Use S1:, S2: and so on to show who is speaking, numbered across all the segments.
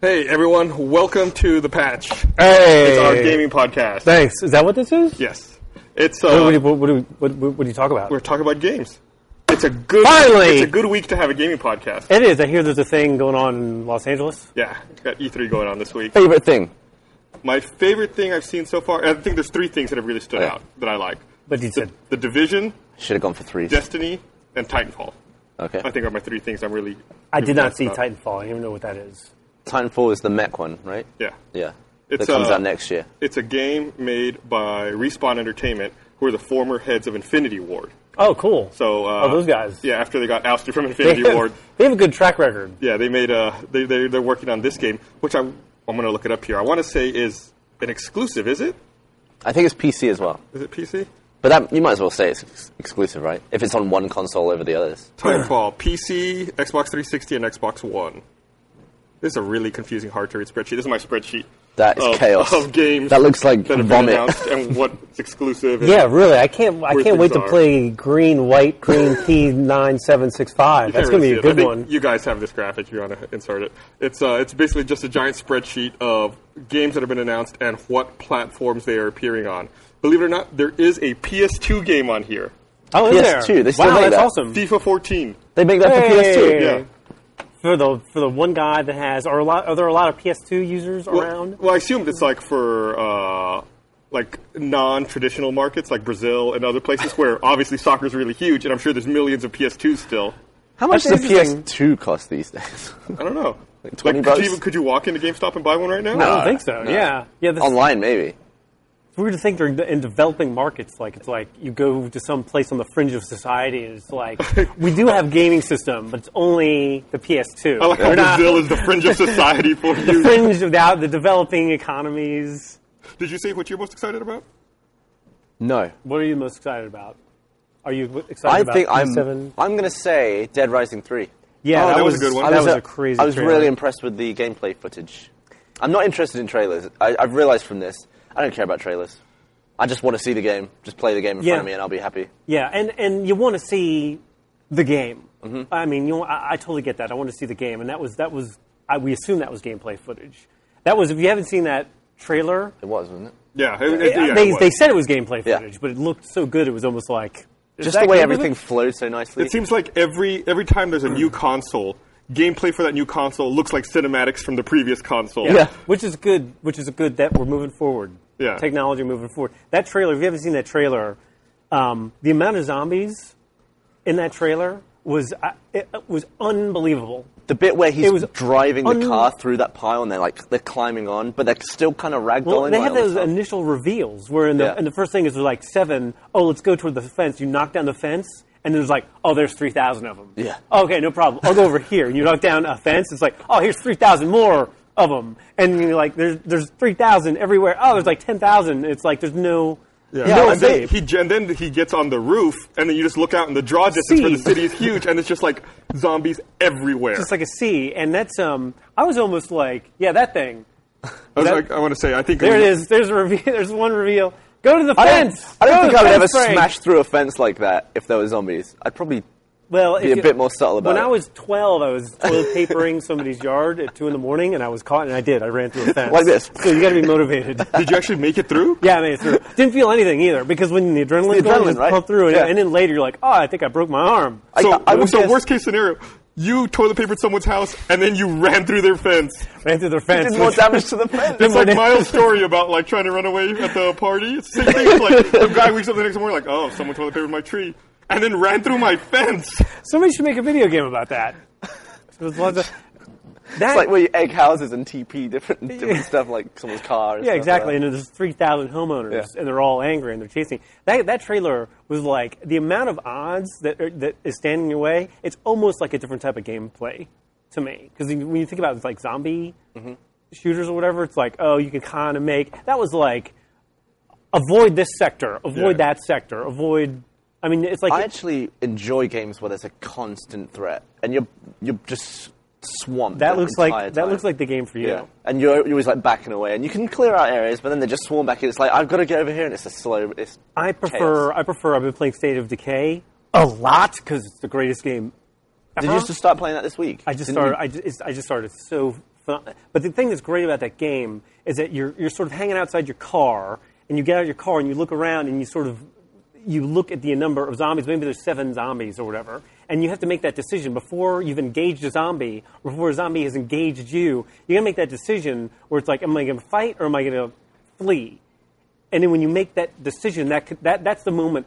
S1: Hey everyone, welcome to the patch.
S2: Hey,
S1: It's our gaming podcast.
S2: Thanks. Is that what this is?
S1: yes, it's
S2: What, do
S1: uh,
S2: you- what, what, do you- what, what, what do you talk about?
S1: we're talking about games. It's a good
S2: Finally!
S1: It's a good week to have a gaming podcast.
S2: It is. I hear there's a thing going on in Los Angeles.
S1: Yeah, got E3 going on this week.
S3: favorite thing.
S1: My favorite thing I've seen so far, I think there's three things that have really stood
S3: Yeah.
S1: out that I like:
S2: But you said
S1: The Division,
S3: Should have gone for threes.
S1: Destiny, and Titanfall.
S3: okay.
S1: I think are my three things I'm really.
S2: I did
S1: impressed
S2: not see
S1: about.
S2: Titanfall. I don't even know what that is.
S3: Titanfall is the mech one, right?
S1: Yeah,
S3: Yeah.
S1: It's,
S3: that comes
S1: uh,
S3: out next year.
S1: it's a game made by Respawn Entertainment, who are the former heads of Infinity Ward.
S2: Oh, cool.
S1: So uh,
S2: Oh, those guys.
S1: Yeah, after they got ousted from
S2: they
S1: Infinity Ward,
S2: have, they have a good track record.
S1: yeah, they made uh they they they're working on this game, which I I'm going to look it up here. I want to say is an exclusive. Is it?
S3: I think it's PC as well.
S1: Is it PC?
S3: But that, you might as well say it's ex- exclusive, right? If it's on one console over the others.
S1: Titanfall, PC, Xbox 360, and Xbox One. This is a really confusing, hard to read spreadsheet. This is my spreadsheet.
S3: That is
S1: of,
S3: chaos.
S1: of games
S3: That looks like
S1: that have been
S3: vomit.
S1: announced and what's exclusive. and-
S2: Yeah, really. I can't. I
S1: Where
S2: can't wait
S1: things
S2: to
S1: are.
S2: play green, white, green P nine seven six five. That's
S1: I
S2: gonna
S1: really
S2: be
S1: see
S2: a
S1: it. I
S2: good
S1: think
S2: one.
S1: You guys have this graphic. You want to insert it? It's uh, it's basically just a giant spreadsheet of games that have been announced and what platforms they are appearing on. Believe it or not, there is a PS2 game on here.
S2: Oh, is there?
S3: PS2, they still
S2: wow,
S3: make
S2: that's
S3: that.
S2: awesome.
S1: FIFA 14.
S3: They make that for PS2.
S2: Hey.
S1: Yeah.
S2: For the for the one guy that has, are a lot? Are there a lot of PS2 users
S1: Well,
S2: around?
S1: well, I assume it's like for uh, like non-traditional markets like Brazil and other places where obviously soccer's really huge, and I'm sure there's millions of PS2s still.
S3: How much does a
S2: That's interesting.
S3: PS2 cost these days?
S1: I don't know. Like,
S3: 20
S1: could, you,
S3: bucks?
S1: even- could you walk into GameStop and buy one right now?
S2: I
S3: No.
S2: don't think so.
S3: no.
S2: Yeah, yeah. This,
S3: Online, maybe.
S2: It's weird to think they're in- in developing markets. Like it's like you go to some place on the fringe of society, and it's like we do have gaming system, but it's only the PS2.
S1: I like how
S2: They're not-
S1: Brazil is the fringe of society for you.
S2: fringe of the, the developing economies.
S1: Did you say what you're most excited about?
S3: No.
S2: What are you most excited about? Are you w- excited
S3: I
S2: about
S3: think I'm. Oh,
S2: seven?
S3: I'm going to say Dead Rising 3.
S2: Yeah,
S1: that was a good one.
S3: I
S2: Oh, That was
S3: uh,
S2: a crazy.
S3: I was
S2: trailer.
S3: really impressed with the gameplay footage. I'm not interested in trailers. I, I've realized from this, I don't care about trailers. I just want to see the game. Just play the game in
S2: Yeah.
S3: front of me, and I'll be happy.
S2: Yeah, and and you want to see the game. I mean, you know, I, I totally get that. I want to see the game, and that was that was. I, we assume that was gameplay footage. That was if you haven't seen that trailer.
S3: It was, wasn't it?
S1: Yeah, it- it- yeah, it
S2: they
S1: was.
S2: they said it was gameplay
S3: Yeah.
S2: footage, but it looked so good it was almost like is
S3: Just
S2: that
S3: the way
S2: gameplay?
S3: everything flowed so nicely.
S1: It seems like every every time there's a new console, gameplay for that new console looks like cinematics from the previous console.
S3: Yeah.
S2: which is good. Which is good that we're moving forward.
S1: Yeah.
S2: technology moving forward. That trailer, if you haven't seen that trailer, um, the amount of zombies in that trailer was uh, it, it was unbelievable.
S3: the bit where he's
S2: it was
S3: driving the
S2: un-
S3: car through that pile, and they're like they're climbing on, but they're still kind of ragdolling.
S2: Well, they
S3: by
S2: had
S3: all the
S2: those
S3: time.
S2: initial reveals where in the,
S3: Yeah.
S2: and the first thing is there's like seven, oh, let's go toward the fence. You knock down the fence, and there's like, oh, there's 3,000 of them. Oh,
S3: Yeah.
S2: Okay, no problem. I'll go over here. And you knock down a fence, it's like, oh, here's 3,000 more of them. And you're like, there's, there's 3,000 everywhere. Oh, there's like 10,000. It's like, there's no. no
S1: and, then
S2: escape.
S1: he, and then he gets on the roof, and then you just look out, and the draw distance for the
S2: See.
S1: city is huge, and it's just like zombies everywhere.
S2: It's like a C, and that's, um, I was almost like, yeah, that thing.
S1: I, was
S2: that-
S1: like, I want to say, I think
S2: There it is. There's a reveal. There's one reveal. Go to the
S3: I don't,
S2: fence.
S3: I
S2: Go
S3: don't
S2: to
S3: think
S2: the
S3: I would
S2: fence
S3: ever
S2: frame.
S3: smash through a fence like that if there were zombies. I'd probably
S2: well,
S3: be
S2: if
S3: a
S2: you-
S3: bit more subtle about
S2: When
S3: it.
S2: I was 12, I was toilet papering somebody's yard at 2 in the morning, and I was caught, and I did. I ran through a fence.
S3: Like this.
S2: So you got to be motivated.
S1: Did you actually make it through?
S2: yeah, I made it through. Didn't feel anything either, because when the adrenaline,
S3: It's the
S2: goes,
S3: adrenaline,
S2: just
S3: right?
S2: pump through, and,
S3: Yeah.
S2: and then later you're like, oh, I think I broke my arm.
S3: I-
S1: So,
S3: I would
S1: so
S3: guess-
S1: worst case scenario, you toilet papered someone's house, and then you ran through their fence.
S2: ran through their fence.
S3: did more
S2: which-
S3: damage to the fence.
S1: It's like
S2: Did more
S1: Miles' story about like trying to run away at the party. It's the same thing. It's like the guy wakes up the next morning, like, oh, someone toilet papered my tree, and then ran through my fence.
S2: Somebody should make a video game about that. There's lots of- that
S3: It's like where you egg houses and TP different, different stuff, like someone's car. And
S2: Yeah,
S3: stuff
S2: exactly.
S3: Like
S2: and there's 3,000 homeowners,
S3: Yeah.
S2: and they're all angry and they're chasing. That, that trailer was like the amount of odds that, are, that is standing in your way. It's almost like a different type of gameplay to me. Because when you think about it, it's like zombie
S3: Mm-hmm.
S2: shooters or whatever, it's like, oh, you can kind of make. That was like, avoid this sector, avoid
S1: Yeah.
S2: that sector, avoid. I mean, it's like.
S3: I actually enjoy games where there's a constant threat, and you're you're just swamped.
S2: that
S3: the
S2: looks like
S3: entire
S2: that
S3: time.
S2: looks like the game for you.
S3: Yeah. And you're, you're always like backing away, and you can clear out areas, but then they just swarm back in. It's like I've got to get over here, and it's a slow. It's
S2: I prefer. I prefer. I've been playing State of Decay a lot because it's the greatest game
S3: Did you just start playing that this week?
S2: uh-huh. I just
S3: Didn't
S2: started.
S3: you-
S2: I just, I just started. It's so phenom- But the thing that's great about that game is that you're you're sort of hanging outside your car, and you get out of your car and you look around and you sort of you look at the number of zombies. Maybe there's seven zombies or whatever, and you have to make that decision before you've engaged a zombie or before a zombie has engaged you. You got to make that decision where it's like, am I going to fight or am I going to flee? and then when you make that decision, that could, that that's the moment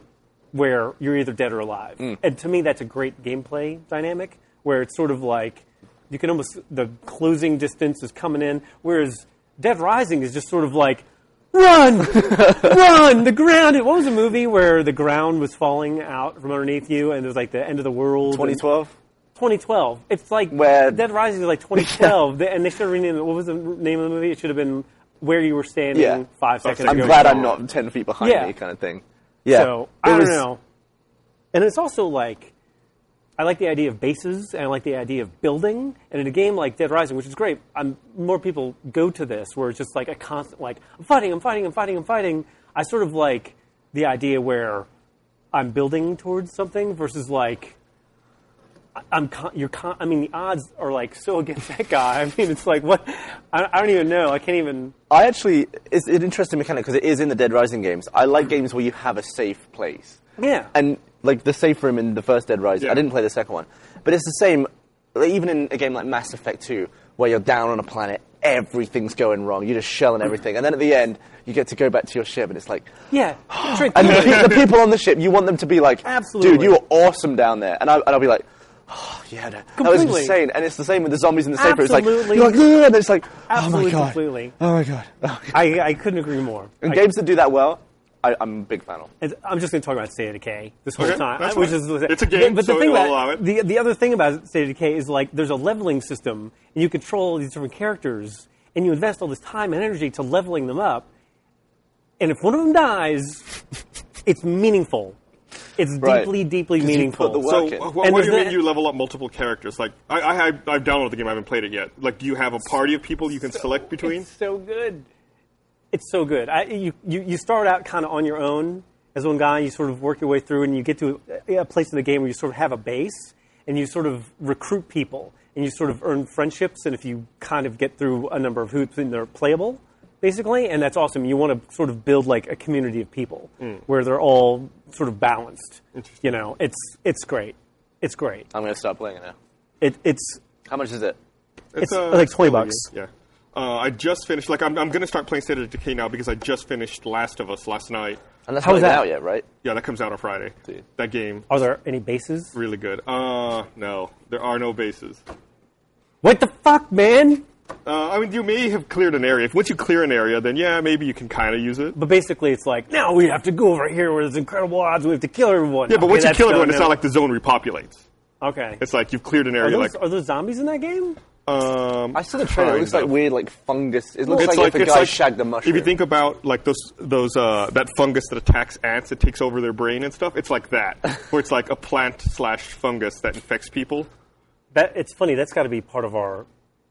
S2: where you're either dead or alive.
S3: Mm.
S2: And to me, that's a great gameplay dynamic where it's sort of like you can almost the closing distance is coming in, whereas Dead Rising is just sort of like run, run. The ground. What was the movie where the ground was falling out from underneath you, and it was like the end of the world? and-
S3: 2012.
S2: 2012. It's like
S3: Where-
S2: Dead Rising is like 2012, They- and they should have renamed it. What was the name of the movie? It should have been Where You Were Standing
S3: Yeah.
S2: five seconds
S3: I'm
S2: ago.
S3: glad I'm not ten feet behind
S2: Yeah.
S3: me, kind of thing. Yeah,
S2: So
S3: It
S2: I
S3: was-
S2: don't know. And it's also like I like the idea of bases and I like the idea of building. And in a game like Dead Rising, which is great, I'm, more people go to this where it's just like a constant like I'm fighting, I'm fighting, I'm fighting, I'm fighting. I sort of like the idea where I'm building towards something versus like I- I'm con- you're con- I mean the odds are like so against that guy. I mean it's like what I, I don't even know. I can't even
S3: I actually, it's an interesting mechanic because it is in the Dead Rising games. I like games where you have a safe place.
S2: Yeah.
S3: And like the safe room in the first Dead Rising,
S1: Yeah.
S3: I didn't play the second one, but it's the same. Like, even in a game like Mass Effect 2, where you're down on a planet, everything's going wrong. You're just shelling everything, and then at the end, you get to go back to your ship, and it's like,
S2: yeah. Trick.
S3: and the, pe- the people on the ship, you want them to be like,
S2: Absolutely.
S3: dude, you were awesome down there. And, I, and I'll be like, oh, yeah, that, that was
S2: Completely.
S3: insane. And it's the same with the zombies in the safe room. It's like,
S2: Absolutely.
S3: you're like, "Ugh," and it's like,
S2: Absolutely,
S3: oh my god.
S2: completely.
S3: Oh my god. Oh my God.
S2: I, I couldn't agree more.
S3: And
S2: I-
S3: games that do that well, I, I'm a big fan of.
S2: It's- I'm just going to talk about State of Decay this whole
S1: Okay,
S2: time,
S1: that's
S2: I- which
S1: fine.
S2: is
S1: It's a game,
S2: But the
S1: so
S2: thing
S1: we'll
S2: about
S1: allow it.
S2: the the other thing about State of Decay is like there's a leveling system, and you control these different characters, and you invest all this time and energy to leveling them up. And if one of them dies, it's meaningful. It's
S3: Right.
S2: deeply, deeply
S3: 'Cause you
S2: meaningful.
S3: put the
S1: So,
S3: work in.
S1: wh- wh-
S2: And
S1: what do you
S2: there's
S1: mean
S2: the-
S1: you level up multiple characters? Like, I, I, I've I've downloaded the game. I haven't played it yet. Like, do you have a party of people you can select between?
S2: It's so good. It's so good. I, you, you, you start out kind of on your own as one guy. You sort of work your way through, and you get to a, a place in the game where you sort of have a base, and you sort of recruit people, and you sort of earn friendships. And if you kind of get through a number of hoops, then they're playable, basically, and that's awesome. You want to sort of build like a community of people where they're all sort of balanced. You know, it's it's great. It's great.
S3: I'm going to start playing it now.
S2: It, it's
S3: How much is it?
S2: It's like 20 bucks.
S1: Yeah. Uh, I just finished. Like, I'm, I'm going to start playing State of Decay now because I just finished Last of Us last night.
S3: And that's
S2: How's
S3: not even
S2: that?
S3: out yet, right?
S1: Yeah, that comes out on Friday.
S3: Dude.
S1: That game
S2: are there any bases?
S1: really good. Uh, no, there are no bases.
S2: What the fuck, man?
S1: Uh, I mean, you may have cleared an area. If once you clear an area, then yeah, maybe you can kind of use it.
S2: But basically, it's like now we have to go over here where there's incredible odds. We have to kill everyone.
S1: Yeah, but once you kill everyone, it's not like the zone repopulates.
S2: okay.
S1: It's like you've cleared an
S2: Are
S1: area.
S2: those,
S1: like,
S2: are those zombies in that game?
S1: um,
S3: I saw the trailer. It looks like
S1: kinda.
S3: weird, like fungus. It looks like, if a
S1: it's
S3: guy shagged a mushroom.
S1: If you think about like those those uh, that fungus that attacks ants, it takes over their brain and stuff. It's like that, where it's like a plant slash fungus that infects people.
S2: That it's funny. That's got to be part of our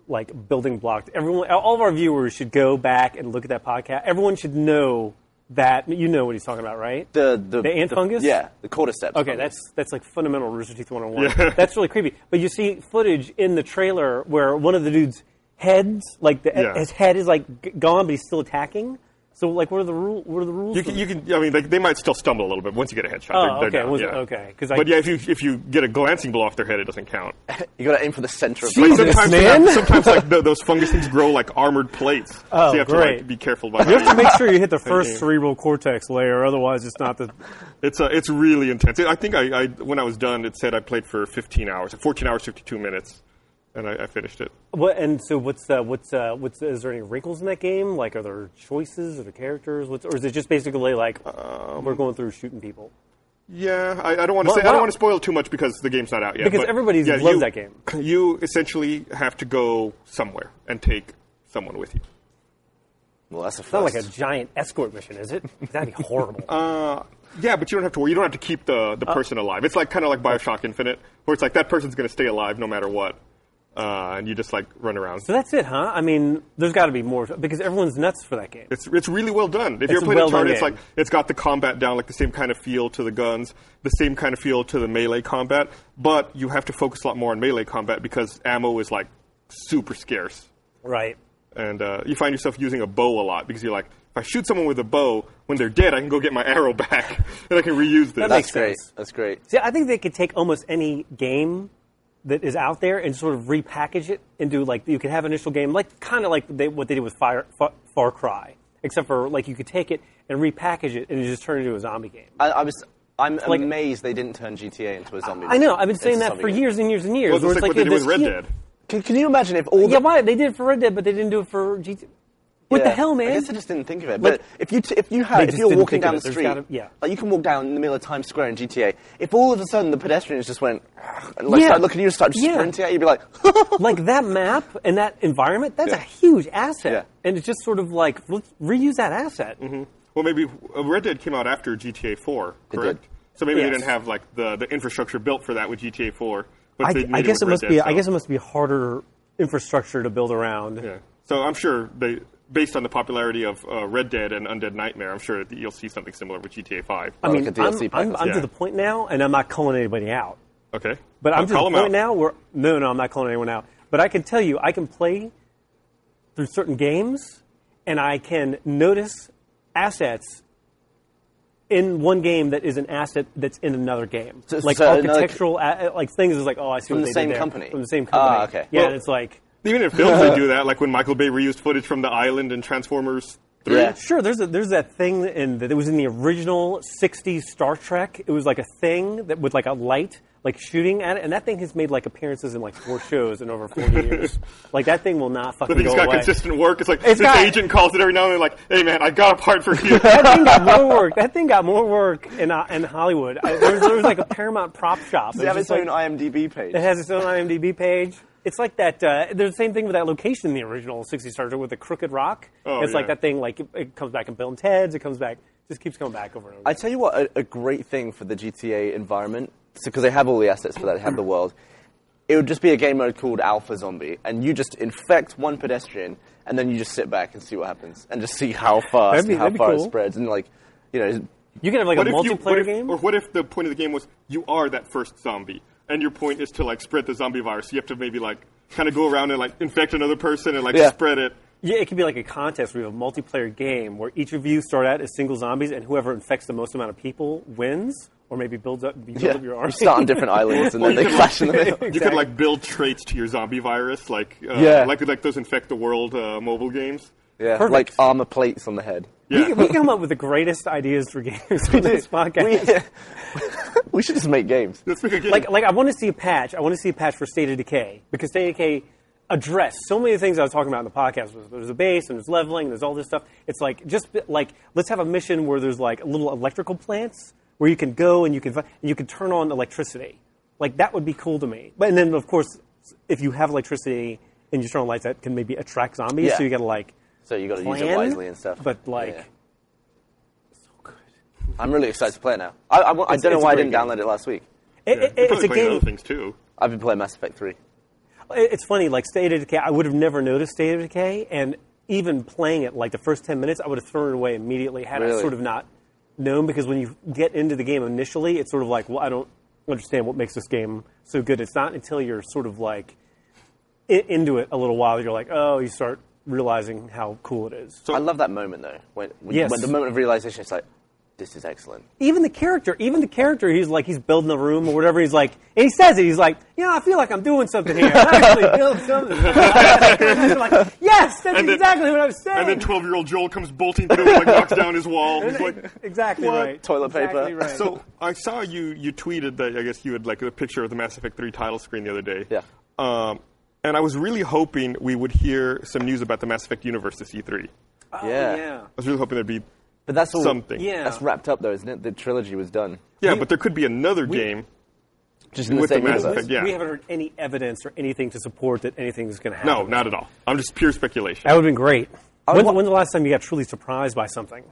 S2: like building block. Everyone, all of our viewers should go back and look at that podcast. Everyone should know that you know what he's talking about, right?
S3: the the,
S2: The ant fungus?
S3: Yeah, the cordyceps.
S2: Okay,
S3: fungus.
S2: that's that's like fundamental Rooster Teeth 101.
S1: Yeah.
S2: That's really creepy. But you see footage in the trailer where one of the dude's heads, like the,
S1: Yeah.
S2: his head is like g- gone, but he's still attacking. So like, what are the rule? What are the rules?
S1: You
S2: for
S1: can, you can I mean, like, they might still stumble a little bit once you get a headshot.
S2: Oh,
S1: they're,
S2: okay,
S1: they're down,
S2: was it-
S1: yeah.
S2: okay, 'cause I-
S1: But yeah, if you if you get a glancing blow off their head, it doesn't count.
S3: You got to aim for the center of
S2: Jesus,
S3: the fungus.
S1: sometimes, they have-
S2: man.
S1: sometimes like th- those fungus things grow like armored plates.
S2: Oh,
S1: so you have to
S2: great.
S1: like be careful about.
S2: You
S1: how
S2: have to
S1: you-
S2: make sure you hit the first
S1: you.
S2: cerebral cortex layer, otherwise it's not the.
S1: It's uh, it's really intense. It, I think I, I when I was done, it said I played for 15 hours, 14 hours 52 minutes, and I, I finished it.
S2: What, and so, what's uh, what's uh, what's is there any wrinkles in that game? Like, are there choices? Are there characters? What's, or is it just basically like we're going through shooting people?
S1: Yeah, I, I don't want to
S2: Well,
S1: say. I
S2: well-
S1: don't want to spoil too much because the game's not out yet.
S2: Because
S1: but,
S2: everybody's
S1: yeah,
S2: loved
S1: you-
S2: that game.
S1: You essentially have to go somewhere and take someone with you.
S3: Well, that's a
S2: Not
S3: first.
S2: like a giant escort mission, is it? That'd be horrible.
S1: Uh, yeah, but you don't have to worry. You don't have to keep the,
S2: Uh.
S1: the person alive. It's like kind of like Bioshock Infinite, where it's like that person's going to stay alive no matter what, uh, and you just like run around.
S2: so that's it, huh? I mean, there's got to be more because everyone's nuts for that game.
S1: It's it's really well done. If you're
S2: a
S1: playing
S2: well-done
S1: Uncharted, it's
S2: game.
S1: like it's got the combat down, like the same kind of feel to the guns, the same kind of feel to the melee combat, but you have to focus a lot more on melee combat because ammo is like super scarce.
S2: Right.
S1: and uh, you find yourself using a bow a lot because you're like, if I shoot someone with a bow, when they're dead, I can go get my arrow back and I can reuse this.
S2: That makes
S3: That's great.
S2: sense.
S3: That's great.
S2: See, I think they could take almost any game that is out there and sort of repackage it into like you could have an initial game, like kind of like they, what they did with Fire, Far, Far Cry, except for like you could take it and repackage it and just turn it into a zombie game.
S3: I, I was. I'm
S2: like-
S3: amazed they didn't turn GTA into a zombie.
S2: I know. I've been
S3: into
S2: saying
S3: a
S2: that
S3: zombie
S2: for
S3: game.
S2: years and years and years.
S1: Well,
S2: where
S1: it's like
S2: it's
S1: what they did
S2: yeah,
S1: with Red
S2: this-
S1: Dead.
S3: Can, can you imagine if all the
S2: Yeah, why they did it for Red Dead, but they didn't do it for GTA? What the
S3: Yeah.
S2: hell, man?
S3: I guess I just didn't think of it.
S2: Like-
S3: But if you t- if you had if
S2: just
S3: you're
S2: didn't
S3: walking
S2: think of
S3: down the
S2: it. There's
S3: street,
S2: gotta- yeah.
S3: like you can walk down in the middle of Times Square in GTA. If all of a sudden the pedestrians just went, and like
S2: Yeah.
S3: started looking at you, and started
S2: Yeah.
S3: sprinting at you, you'd be like,
S2: like that map and that environment, that's a
S3: Yeah.
S2: huge asset.
S3: Yeah.
S2: And it's just sort of like let's reuse that asset.
S1: Well, maybe uh, Red Dead came out after GTA 4,
S3: did.
S1: correct? So maybe
S2: Yes.
S1: they didn't have like the, the infrastructure built for that with GTA 4. but
S2: I,
S1: they
S2: I
S1: needed
S2: guess it
S1: with
S2: must
S1: Red
S2: be.
S1: Dead,
S2: I
S1: so-
S2: guess it must be harder infrastructure to build around.
S1: Yeah. So I'm sure they, based on the popularity of uh, Red Dead and Undead Nightmare, I'm sure that you'll see something similar with GTA 5.
S2: I mean,
S3: like a
S2: I'm,
S3: DLC pack
S2: I'm, I'm
S3: or
S2: to
S1: something.
S2: the point now, and I'm not calling anybody out.
S1: okay.
S2: But I'm
S1: Well,
S2: to the
S1: call 'em
S2: point
S1: out.
S2: now where no, no, I'm not calling anyone out. But I can tell you, I can play through certain games, and I can notice assets in one game that is an asset that's in another game,
S3: So-
S2: like
S3: so another-
S2: architectural, a- like things is like, oh, I see
S3: From
S2: what
S3: the
S2: they did
S3: same
S2: there.
S3: company?
S2: from the same company.
S3: Ah, okay.
S2: Yeah,
S1: Well-
S2: and it's like
S1: Even in films, they do that. Like when Michael Bay reused footage from The Island and Transformers 3.
S3: yeah.
S2: Sure, there's a, there's that thing in that it was in the original '60s Star Trek. It was like a thing that with like a light like shooting at it, and that thing has made like appearances in like four shows in over 40 years. Like that thing will not
S1: I
S2: fucking
S1: think
S2: go
S1: it's got
S2: away.
S1: consistent work. It's like
S2: It's
S1: this
S2: got-
S1: agent calls it every now and then, like, "Hey man, I got a part for you."
S2: That thing got more work. That thing got more work in uh, in Hollywood. I, there, was, there was like a Paramount prop shop.
S3: Does it have its own
S2: like,
S3: IMDb page?
S2: it has its own IMDb page. It's like that. Uh, there's the same thing with that location in the original '60s Star Trek with the crooked rock.
S1: Oh,
S2: it's like
S1: yeah.
S2: that thing. Like it, it comes back in Bill and Ted's. It comes back. Just keeps coming back over and over.
S3: I tell you what, a, a great thing for the GTA environment, because they have all the assets for that, they have the world. It would just be a game mode called Alpha Zombie, and you just infect one pedestrian, and then you just sit back and see what happens, and just see how fast,
S2: That'd be-
S3: and how
S2: that'd be
S3: far it
S2: cool.
S3: spreads, and like, you know,
S2: You can have like
S1: what
S2: a
S1: if you,
S2: multiplayer
S1: what if,
S2: game.
S1: or what if the point of the game was you are that first zombie, and your point is to like spread the zombie virus? You have to maybe like kind of go around and like infect another person and like
S3: Yeah.
S1: spread it.
S2: yeah, it could be like a contest where you have a multiplayer game where each of you start out as single zombies, and whoever infects the most amount of people wins, or maybe builds up, you build
S3: yeah,
S2: up your army.
S3: you start on different islands, and
S1: Or
S3: then
S1: you
S3: they
S1: could,
S3: clash in the
S1: like,
S3: middle.
S1: You could like build traits to your zombie virus, like uh,
S3: Yeah.
S1: like like those infect the world uh, mobile games.
S3: Yeah,
S2: Perfect.
S3: like armor plates on the head.
S2: we,
S1: Yeah.
S2: we come up with the greatest ideas for games on this podcast.
S3: We, we should just make games.
S1: Let's make a game.
S2: like, like I want to see a patch. I want to see a patch for State of Decay because State of Decay addressed so many things I was talking about in the podcast. There's- There's a base and there's leveling. And there's all this stuff. It's like just bi- like let's have a mission where there's like little electrical plants where you can go and you can fi- and you can turn on electricity. Like that would be cool to me. But and then of course, if you have electricity and you turn on lights, that can maybe attract zombies.
S3: Yeah.
S2: So you got to like
S3: So you got to use
S2: plan
S3: it wisely and stuff.
S2: But like.
S3: Yeah. I'm really excited to play it now. I, I, wa- I don't know
S1: it's a
S3: why I
S1: great
S3: didn't
S1: game.
S3: download it last week.
S2: it-
S1: yeah.
S2: it-
S1: You're
S2: it's
S1: probably
S2: a
S1: playing
S2: game.
S1: other things too.
S3: I've been playing Mass Effect 3.
S2: It- It's funny, like State of Decay, I would have never noticed State of Decay, and even playing it, like the first 10 minutes, I would have thrown it away immediately had I
S3: Really?
S2: sort of not known, because when you get into the game initially, it's sort of like, well, I don't understand what makes this game so good. It's not until you're sort of like i- into it a little while that you're like, oh, you start realizing how cool it is.
S3: I love that moment though, when when,
S2: Yes.
S3: when the moment of realization is like, this is excellent.
S2: even the character, even the character, he's like, he's building a room or whatever. He's like, and he says it. He's like, you know, I feel like I'm doing something here. I actually built something. I'm like, yes, that's
S1: And then-
S2: exactly what I was saying.
S1: And then 12 year old Joel comes bolting through and like, knocks down his wall. He's like,
S2: exactly
S1: What?
S2: right.
S3: Toilet
S2: Exactly
S3: paper.
S2: Right.
S1: So I saw you. You tweeted that I guess you had like a picture of the Mass Effect Three title screen the other day.
S3: Yeah.
S1: Um, and I was really hoping we would hear some news about the Mass Effect universe this E3. I
S2: Oh,
S3: yeah.
S2: yeah.
S1: was really hoping there'd be.
S3: But that's all.
S1: Something.
S2: Yeah.
S3: That's wrapped up though, isn't it? The trilogy was done.
S1: Yeah, but there could be another game.
S3: Just in the
S1: With the
S3: same
S1: Mass
S3: universe.
S1: Effect, yeah.
S2: We haven't heard any evidence or anything to support that anything's going to happen.
S1: No, not at all. I'm just pure speculation.
S2: That would have been great. When's,
S3: wa-
S2: when's the last time you got truly surprised by something?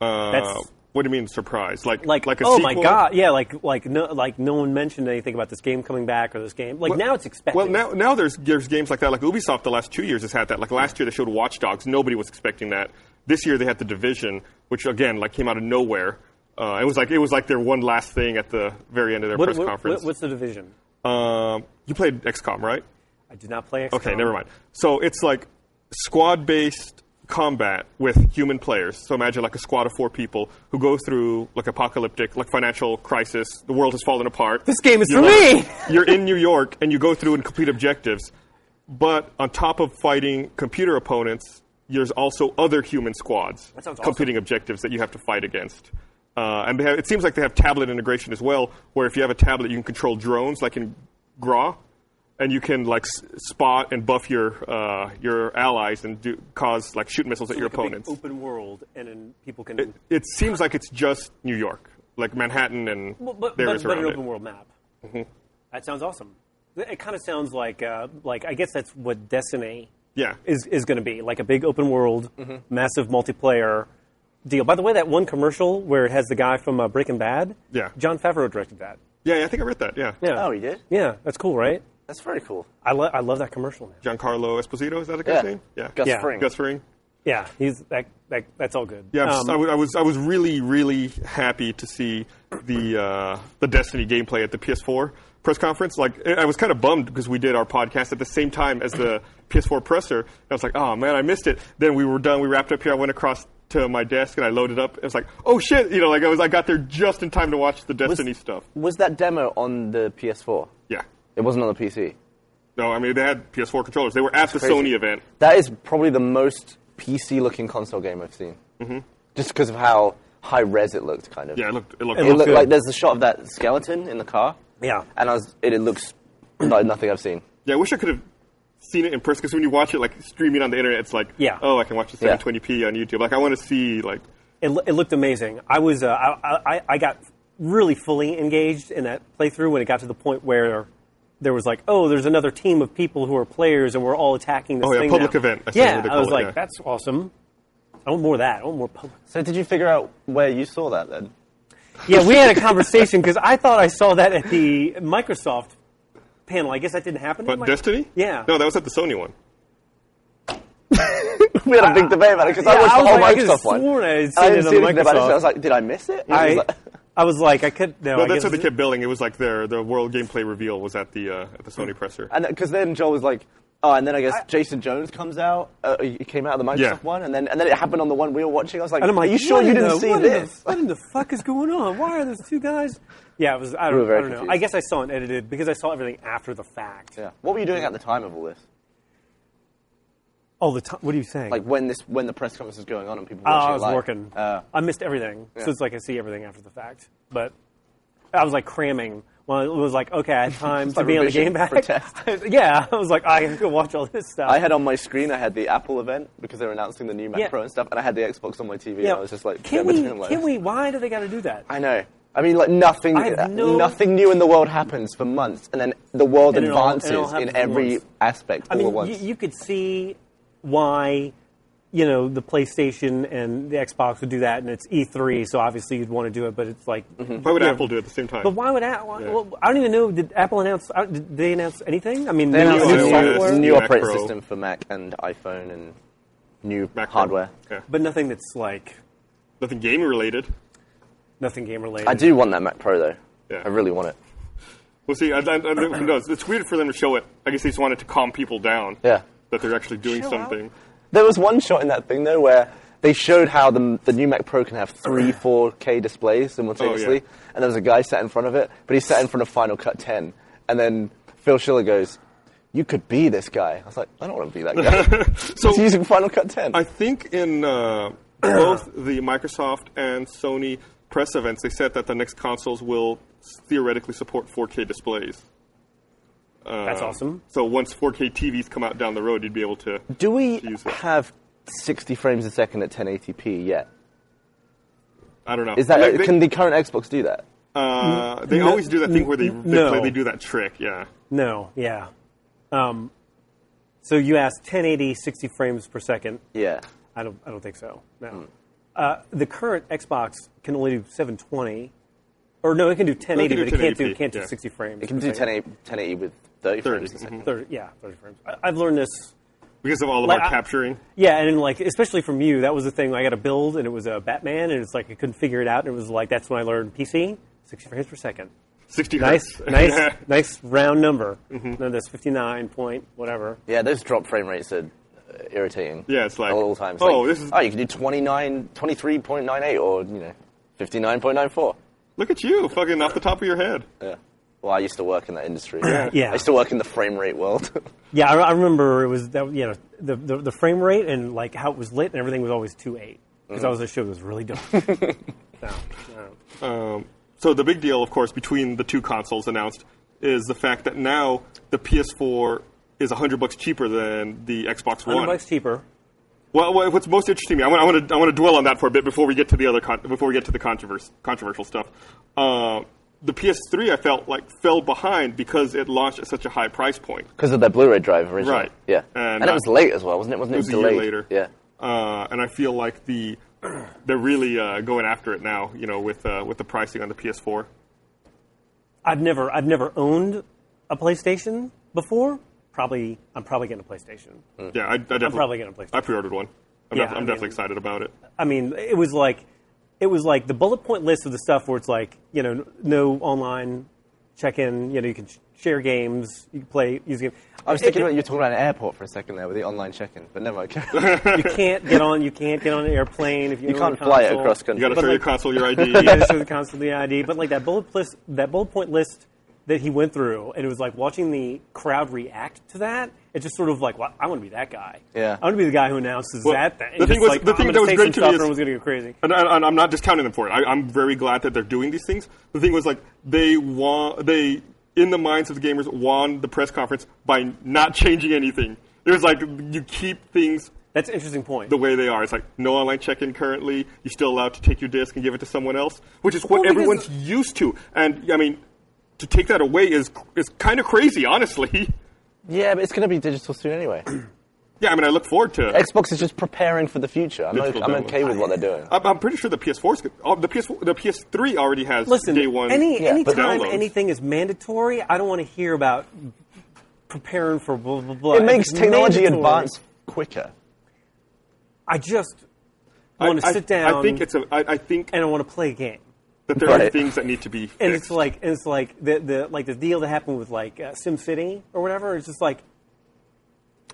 S1: Uh,
S2: That's-
S1: what do you mean surprise? Like
S2: Like,
S1: like a
S2: oh
S1: sequel?
S2: my god, yeah, like like no, like no one mentioned anything about this game coming back or this game. Like now it's expected.
S1: Well, now now there's there's games like that. Like Ubisoft, the last two years has had that. Like last year, they showed Watch Dogs. Nobody was expecting that. This year, they had the Division, which again, like came out of nowhere. Uh, it was like it was like their one last thing at the very end of their
S2: What-
S1: press
S2: what-
S1: conference.
S2: what's the division?
S1: um, you played XCOM, right?
S2: I did not play XCOM.
S1: Okay, never mind. So it's like squad based combat with human players. So imagine like a squad of four people who go through like apocalyptic, like financial crisis. The world has fallen apart.
S2: This game is
S1: You're
S2: for
S1: like-
S2: me!
S1: you're in New York and you go through and complete objectives. But on top of fighting computer opponents, there's also other human squads
S2: That sounds awesome.
S1: competing objectives that you have to fight against. Uh, and they have, it seems like they have tablet integration as well, where if you have a tablet, you can control drones, like in Graw, and you can like s- spot and buff your uh, your allies and do, cause like shoot missiles at your
S2: Like a big
S1: opponents.
S2: open world, and then people can.
S1: It, it seems like it's just New York, like Manhattan and
S2: Well, but,
S1: there
S2: but,
S1: is
S2: but
S1: around
S2: an
S1: it. Mm-hmm.
S2: open world map. That sounds awesome. It, kind of sounds like uh, like I guess that's what Destiny
S1: Yeah.
S2: is is going to be like a big open world,
S1: Mm-hmm.
S2: massive multiplayer deal. By the way, that one commercial where it has the guy from uh, Breaking Bad,
S1: Yeah.
S2: John Favreau directed that.
S1: yeah, yeah, I think I read that. Yeah,
S2: Yeah,
S3: Oh, he did?
S2: Yeah, that's cool, right?
S3: That's very cool.
S2: I lo- I love that commercial. Man.
S1: Giancarlo Esposito is that a
S3: Yeah.
S1: guy's name? Yeah,
S3: Gus
S2: Yeah.
S3: Fring.
S1: Gus Fring.
S2: Yeah, he's that, that that's all good.
S1: Yeah, I'm
S2: Um,
S1: s- I, w- I was I was really really happy to see the uh, the Destiny gameplay at the PS4 press conference. Like I I was kind of bummed because we did our podcast at the same time as the PS4 presser. And I was like, oh man, I missed it. Then we were done. We wrapped up here. I went across to my desk and I loaded up. It was like, oh shit, you know, like I was I got there just in time to watch the Destiny stuff.
S3: Was that demo on the PS4?
S1: Yeah.
S3: It wasn't on the PC.
S1: No, I mean they had PS4 controllers. They were at the
S3: crazy.
S1: Sony event.
S3: That is probably the most PC looking console game I've seen. Mm-hmm. Just because of how high res it looked, kind of.
S1: Yeah, it looked it looked.
S3: It looked
S2: good.
S3: like there's the shot of that skeleton in the car.
S2: Yeah.
S3: And I was, it, it looks like nothing I've seen.
S1: Yeah, I wish I could have seen it in person because when you watch it like streaming on the internet, it's like,
S2: Yeah.
S1: oh, I can watch the
S3: Yeah.
S1: 720p on YouTube. Like, I want to see like,
S2: it, loo- it looked amazing. I was uh, I, I, I got really fully engaged in that playthrough when it got to the point where there was like, oh, there's another team of people who are players and we're all attacking this
S1: Oh, yeah,
S2: thing
S1: public
S2: now.
S1: event, I think
S2: yeah,
S1: what they
S2: I was
S1: call it,
S2: like,
S1: yeah.
S2: that's awesome. I want more of that. I want more public.
S3: So did you figure out where you saw that then?
S2: Yeah, we had a conversation because I thought I saw that at the Microsoft panel. I guess that didn't happen. at
S1: but
S2: Mic-
S1: Destiny.
S2: Yeah.
S1: No, that was at the Sony one.
S3: We had a big debate about it because
S2: yeah,
S3: I watched
S2: I was
S3: the whole
S2: like, I could've
S3: Microsoft one.
S2: sworn I had
S3: And
S2: seen
S3: didn't
S2: it on
S3: see anything about it,
S2: Microsoft.
S3: so I was like, did I miss it? And I was
S2: I,
S3: like- "Oh."
S2: I was like, I could no. I
S1: No,
S2: guess
S1: that's what they
S2: it's-
S1: kept billing. It was like their the World Gameplay reveal was at the uh, at the Sony presser.
S3: And because then Joel was like, oh, and then I guess Jason Jones comes out. Uh, he came out of the Microsoft
S1: Yeah.
S3: one, and then and then it happened on the one we were watching. I was like,
S2: And I'm like,
S3: are you sure
S2: what
S3: you
S2: in
S3: didn't
S2: the-
S3: see
S2: what in the-
S3: this?
S2: what in the fuck is going on? Why are those two guys? Yeah, it was. I don't,
S3: were very
S2: I don't know.
S3: confused.
S2: I guess I saw it edited because I saw everything after the fact.
S3: yeah. What were you doing at the time of all this?
S2: All the time. What are you saying?
S3: Like when this when the press conference was going on and people
S2: Oh,
S3: were watching
S2: I
S3: it
S2: was
S3: live?
S2: working.
S3: Uh,
S2: I missed everything,
S3: Yeah.
S2: so it's like I see everything after the fact. But I was like cramming. Well, it was like okay, I had time
S3: It's
S2: to
S3: like
S2: be on the
S3: revision
S2: game back.
S3: for test.
S2: yeah, I was like I can go watch all this stuff.
S3: I had on my screen, I had the Apple event because they were announcing the new Mac
S2: Yeah.
S3: Pro and stuff, and I had the Xbox on my TV,
S2: Yeah.
S3: and I was just like,
S2: can we?
S3: yeah, between lives.
S2: Can we? Why do they got to do that?
S3: I know. I mean, like nothing, uh,
S2: I have no-
S3: nothing new in the world happens for months, and then the world
S2: And it all- and it
S3: advances
S2: all happens at
S3: in every
S2: once.
S3: aspect
S2: I
S3: all
S2: mean,
S3: at once.
S2: You, you could see why you know the PlayStation and the Xbox would do that, and it's E3, so obviously you'd want to do it. But it's like,
S3: Mm-hmm.
S1: Why would
S2: Yeah.
S1: Apple do it at the same time?
S2: but why would Apple?
S1: Yeah.
S2: Well, I don't even know. Did Apple announce? uh, Did they announce anything? I mean,
S3: They
S2: new
S3: announced
S1: new
S3: new,
S1: iOS,
S3: software,
S1: new
S3: new
S1: Mac
S3: operating
S1: Pro.
S3: system for Mac and iPhone and new
S1: Mac Pro.
S3: hardware.
S1: Yeah.
S2: but nothing that's like
S1: Nothing game related.
S2: nothing game related.
S3: I do want that Mac Pro though.
S1: Yeah.
S3: I really want it.
S1: Well, see, I, I, I, who knows? It's weird for them to show it. I guess they just wanted to calm people down.
S3: Yeah.
S1: That they're actually doing
S2: Chill out.
S1: something.
S3: There was one shot in that thing though where they showed how the, the new Mac Pro can have three 4K displays simultaneously, and there was a guy sat in front of it, but he sat in front of Final Cut 10, and then Phil Schiller goes, "You could be this guy." I was like, "I don't want to be that guy."
S1: So
S3: He's using Final Cut 10.
S1: I think in uh, both the Microsoft and Sony press events, they said that the next consoles will theoretically support 4K displays.
S2: That's awesome.
S1: So once 4K TVs come out down the road, you'd be able to.
S3: Do we
S1: to use it.
S3: have 60 frames a second at 1080p yet?
S1: I don't know.
S3: Is that
S1: Like, they,
S3: can the current Xbox do that?
S1: uh, they always do that thing where they, they,
S2: no.
S1: play- they do that trick? Yeah.
S2: No, yeah. Um, so you asked 1080, 60 frames per second.
S3: Yeah.
S2: I don't. I don't think so. No. Uh, the current Xbox can only do 720, or no, it can do 1080,
S1: do
S2: but it can't do
S1: 1080p,
S2: it can't do
S1: yeah.
S2: 60 frames.
S3: It can do 1080, 1080 with 30, frames a
S1: 30,
S3: second.
S2: 30, yeah, 30 frames. I, I've learned this.
S1: Because of all of
S2: Like,
S1: our
S2: I-
S1: capturing.
S2: Yeah, and then, like especially from you, that was the thing. I got a build, and it was a Batman, and it's like I couldn't figure it out, and it was like that's when I learned PC 60 frames per second.
S1: 60
S2: Nice,
S1: hertz.
S2: nice, nice round number. No, that's 59 point whatever.
S3: Yeah, those drop frame rates are uh, irritating.
S1: mm-hmm. Yeah, it's like,
S3: at all times.
S1: oh,
S3: Like,
S1: this is-
S3: oh, you can do 29, 23.98 or you know, fifty nine point nine four.
S1: Look at you, fucking off the top of your head.
S3: Yeah. Well, I used to work in that industry.
S2: Yeah.
S3: I used to work in the frame rate world.
S2: Yeah, I, I remember it was that. You know, the, the the frame rate and like how it was lit and everything was always two eight because
S3: Uh-huh.
S2: I was a show that was really dumb. so, no.
S1: Um, so the big deal, of course, between the two consoles announced is the fact that now the PS4 is 100 bucks cheaper than the Xbox One.
S2: hundred bucks cheaper.
S1: Well, well, what's most interesting to me, I want, to I want to dwell on that for a bit before we get to the other con- before we get to the controvers- controversial stuff. Uh, the PS3, I felt like fell behind because it launched at such a high price point.
S3: Because of that Blu-ray drive originally.
S1: Right.
S3: Yeah.
S1: And
S3: And,
S1: that-
S3: it was late as well, wasn't it? Wasn't it,
S1: It was a
S3: delayed?
S1: year later.
S3: Yeah.
S1: Uh, and I feel like the they're really uh, going after it now. You know, with uh, with the pricing on the PS4.
S2: I've never I've never owned a PlayStation before. Probably I'm probably getting a PlayStation.
S1: Yeah, I, I definitely.
S2: probably gonna play-
S1: I pre-ordered one. I'm,
S2: Yeah,
S1: def- I'm
S2: I mean-
S1: definitely excited about it.
S2: I mean, it was like it was like the bullet point list of the stuff where it's like you know n- no online check in. You know, you can sh- share games, you can play use games.
S3: I was thinking about you were talking about an airport for a second there with the online check-in, but never. mind.
S2: you can't get on you can't get on an airplane if you,
S3: you
S2: own a
S3: can't fly it
S2: console.
S3: across
S1: You
S3: country.
S1: got to show your
S2: like-
S1: console your ID.
S2: yeah, to show the console the ID. But like that bullet list, that bullet point list that he went through, and it was like watching the crowd react to that. It just sort of like, well, I want to be that guy.
S3: Yeah.
S2: I want to be the guy who announces
S1: Well,
S2: that thing.
S1: the
S2: Just
S1: thing was-
S2: like,
S1: the
S2: I'm
S1: thing
S2: gonna
S1: that was
S2: say
S1: great
S2: some
S1: to me is-
S2: stuff, everyone's going to go crazy.
S1: and, and, and I'm not discounting them for it. I, I'm very glad that they're doing these things. The thing was like they won. They in the minds of the gamers won the press conference by not changing anything. It was like you keep things
S2: That's an interesting point.
S1: the way they are. It's like no online check-in currently. You're still allowed to take your disc and give it to someone else, which is what
S2: Well, because-
S1: everyone's used to. And I mean, to take that away is is kind of crazy, honestly.
S3: yeah, but it's going to be digital soon anyway.
S1: Yeah, I mean, I look forward to.
S3: Xbox is just preparing for the future. I'm, o-
S1: Digital
S3: I'm
S1: download.
S3: okay with what they're doing.
S1: I'm, I'm pretty sure the PS4's g- oh, the PS the PS3 already has
S2: Listen,
S1: day one.
S2: any
S3: Yeah, but-
S2: anytime
S1: downloads.
S2: anything is mandatory, I don't want to hear about preparing for blah blah blah.
S3: It
S2: If
S3: makes
S2: it's
S3: technology
S2: mandatory,
S3: advance quicker.
S2: I just want to
S1: I-
S2: sit down
S1: I think it's a. I, I think
S2: and I want to play a game.
S1: that there are
S3: Right.
S1: things that need to be. Fixed.
S2: and it's like and it's like the the like the deal that happened with like uh, SimCity or whatever. It's just like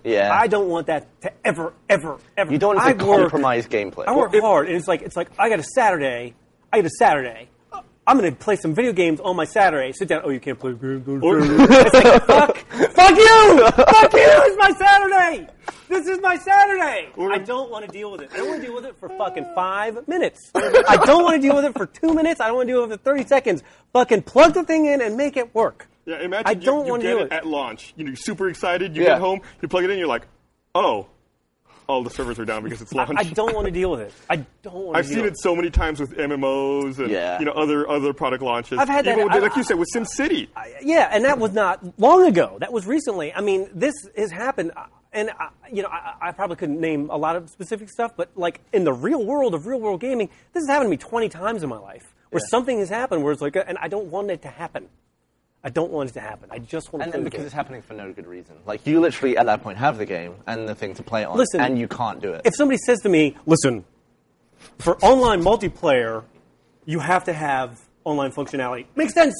S3: Yeah.
S2: I don't want that to ever ever ever.
S3: you don't
S2: I
S3: have to
S2: work-
S3: compromise gameplay.
S2: I work
S1: Well, if-
S2: hard, and it's like it's like I got a Saturday. I get a Saturday. I'm gonna play some video games on my Saturday. Sit down. Oh, you can't play games on Saturday. it's like fuck, fuck you, fuck you. It's my Saturday. This is my Saturday. I don't want to deal with it. I don't want to deal with it for fucking five minutes. I don't want to deal with it for two minutes. I don't want to deal with it for thirty seconds. Fucking plug the thing in and make it work.
S1: yeah, imagine
S2: I
S1: you-
S2: don't
S1: you,
S2: want to
S1: get
S2: do
S1: it,
S2: it.
S1: at launch. You know, you're super excited. You
S3: Yeah.
S1: get home, you plug it in, you're like, oh, all the servers are down because it's
S2: I,
S1: launch.
S2: I don't want to deal with it. I don't want.
S1: I've
S2: to
S1: seen
S2: deal
S1: it so many times with MMOs and
S3: Yeah.
S1: you know other other product launches.
S2: I've had that-
S1: Even with-
S2: I-
S1: like you said with SimCity.
S2: Yeah, and that was not long ago. That was recently. I mean, this has happened, uh, and I, you know, I, I probably couldn't name a lot of specific stuff, but like in the real world of real world gaming, this has happened to me twenty times in my life, where something has happened, where it's like, uh, and I don't want it to happen. I don't want it to happen. I just want to play
S3: And then
S2: the
S3: because
S2: game.
S3: it's happening for no good reason. Like, you literally at that point have the game and the thing to play on,
S2: Listen,
S3: and you can't do it.
S2: if somebody says to me, listen, for online multiplayer, you have to have online functionality. Makes sense.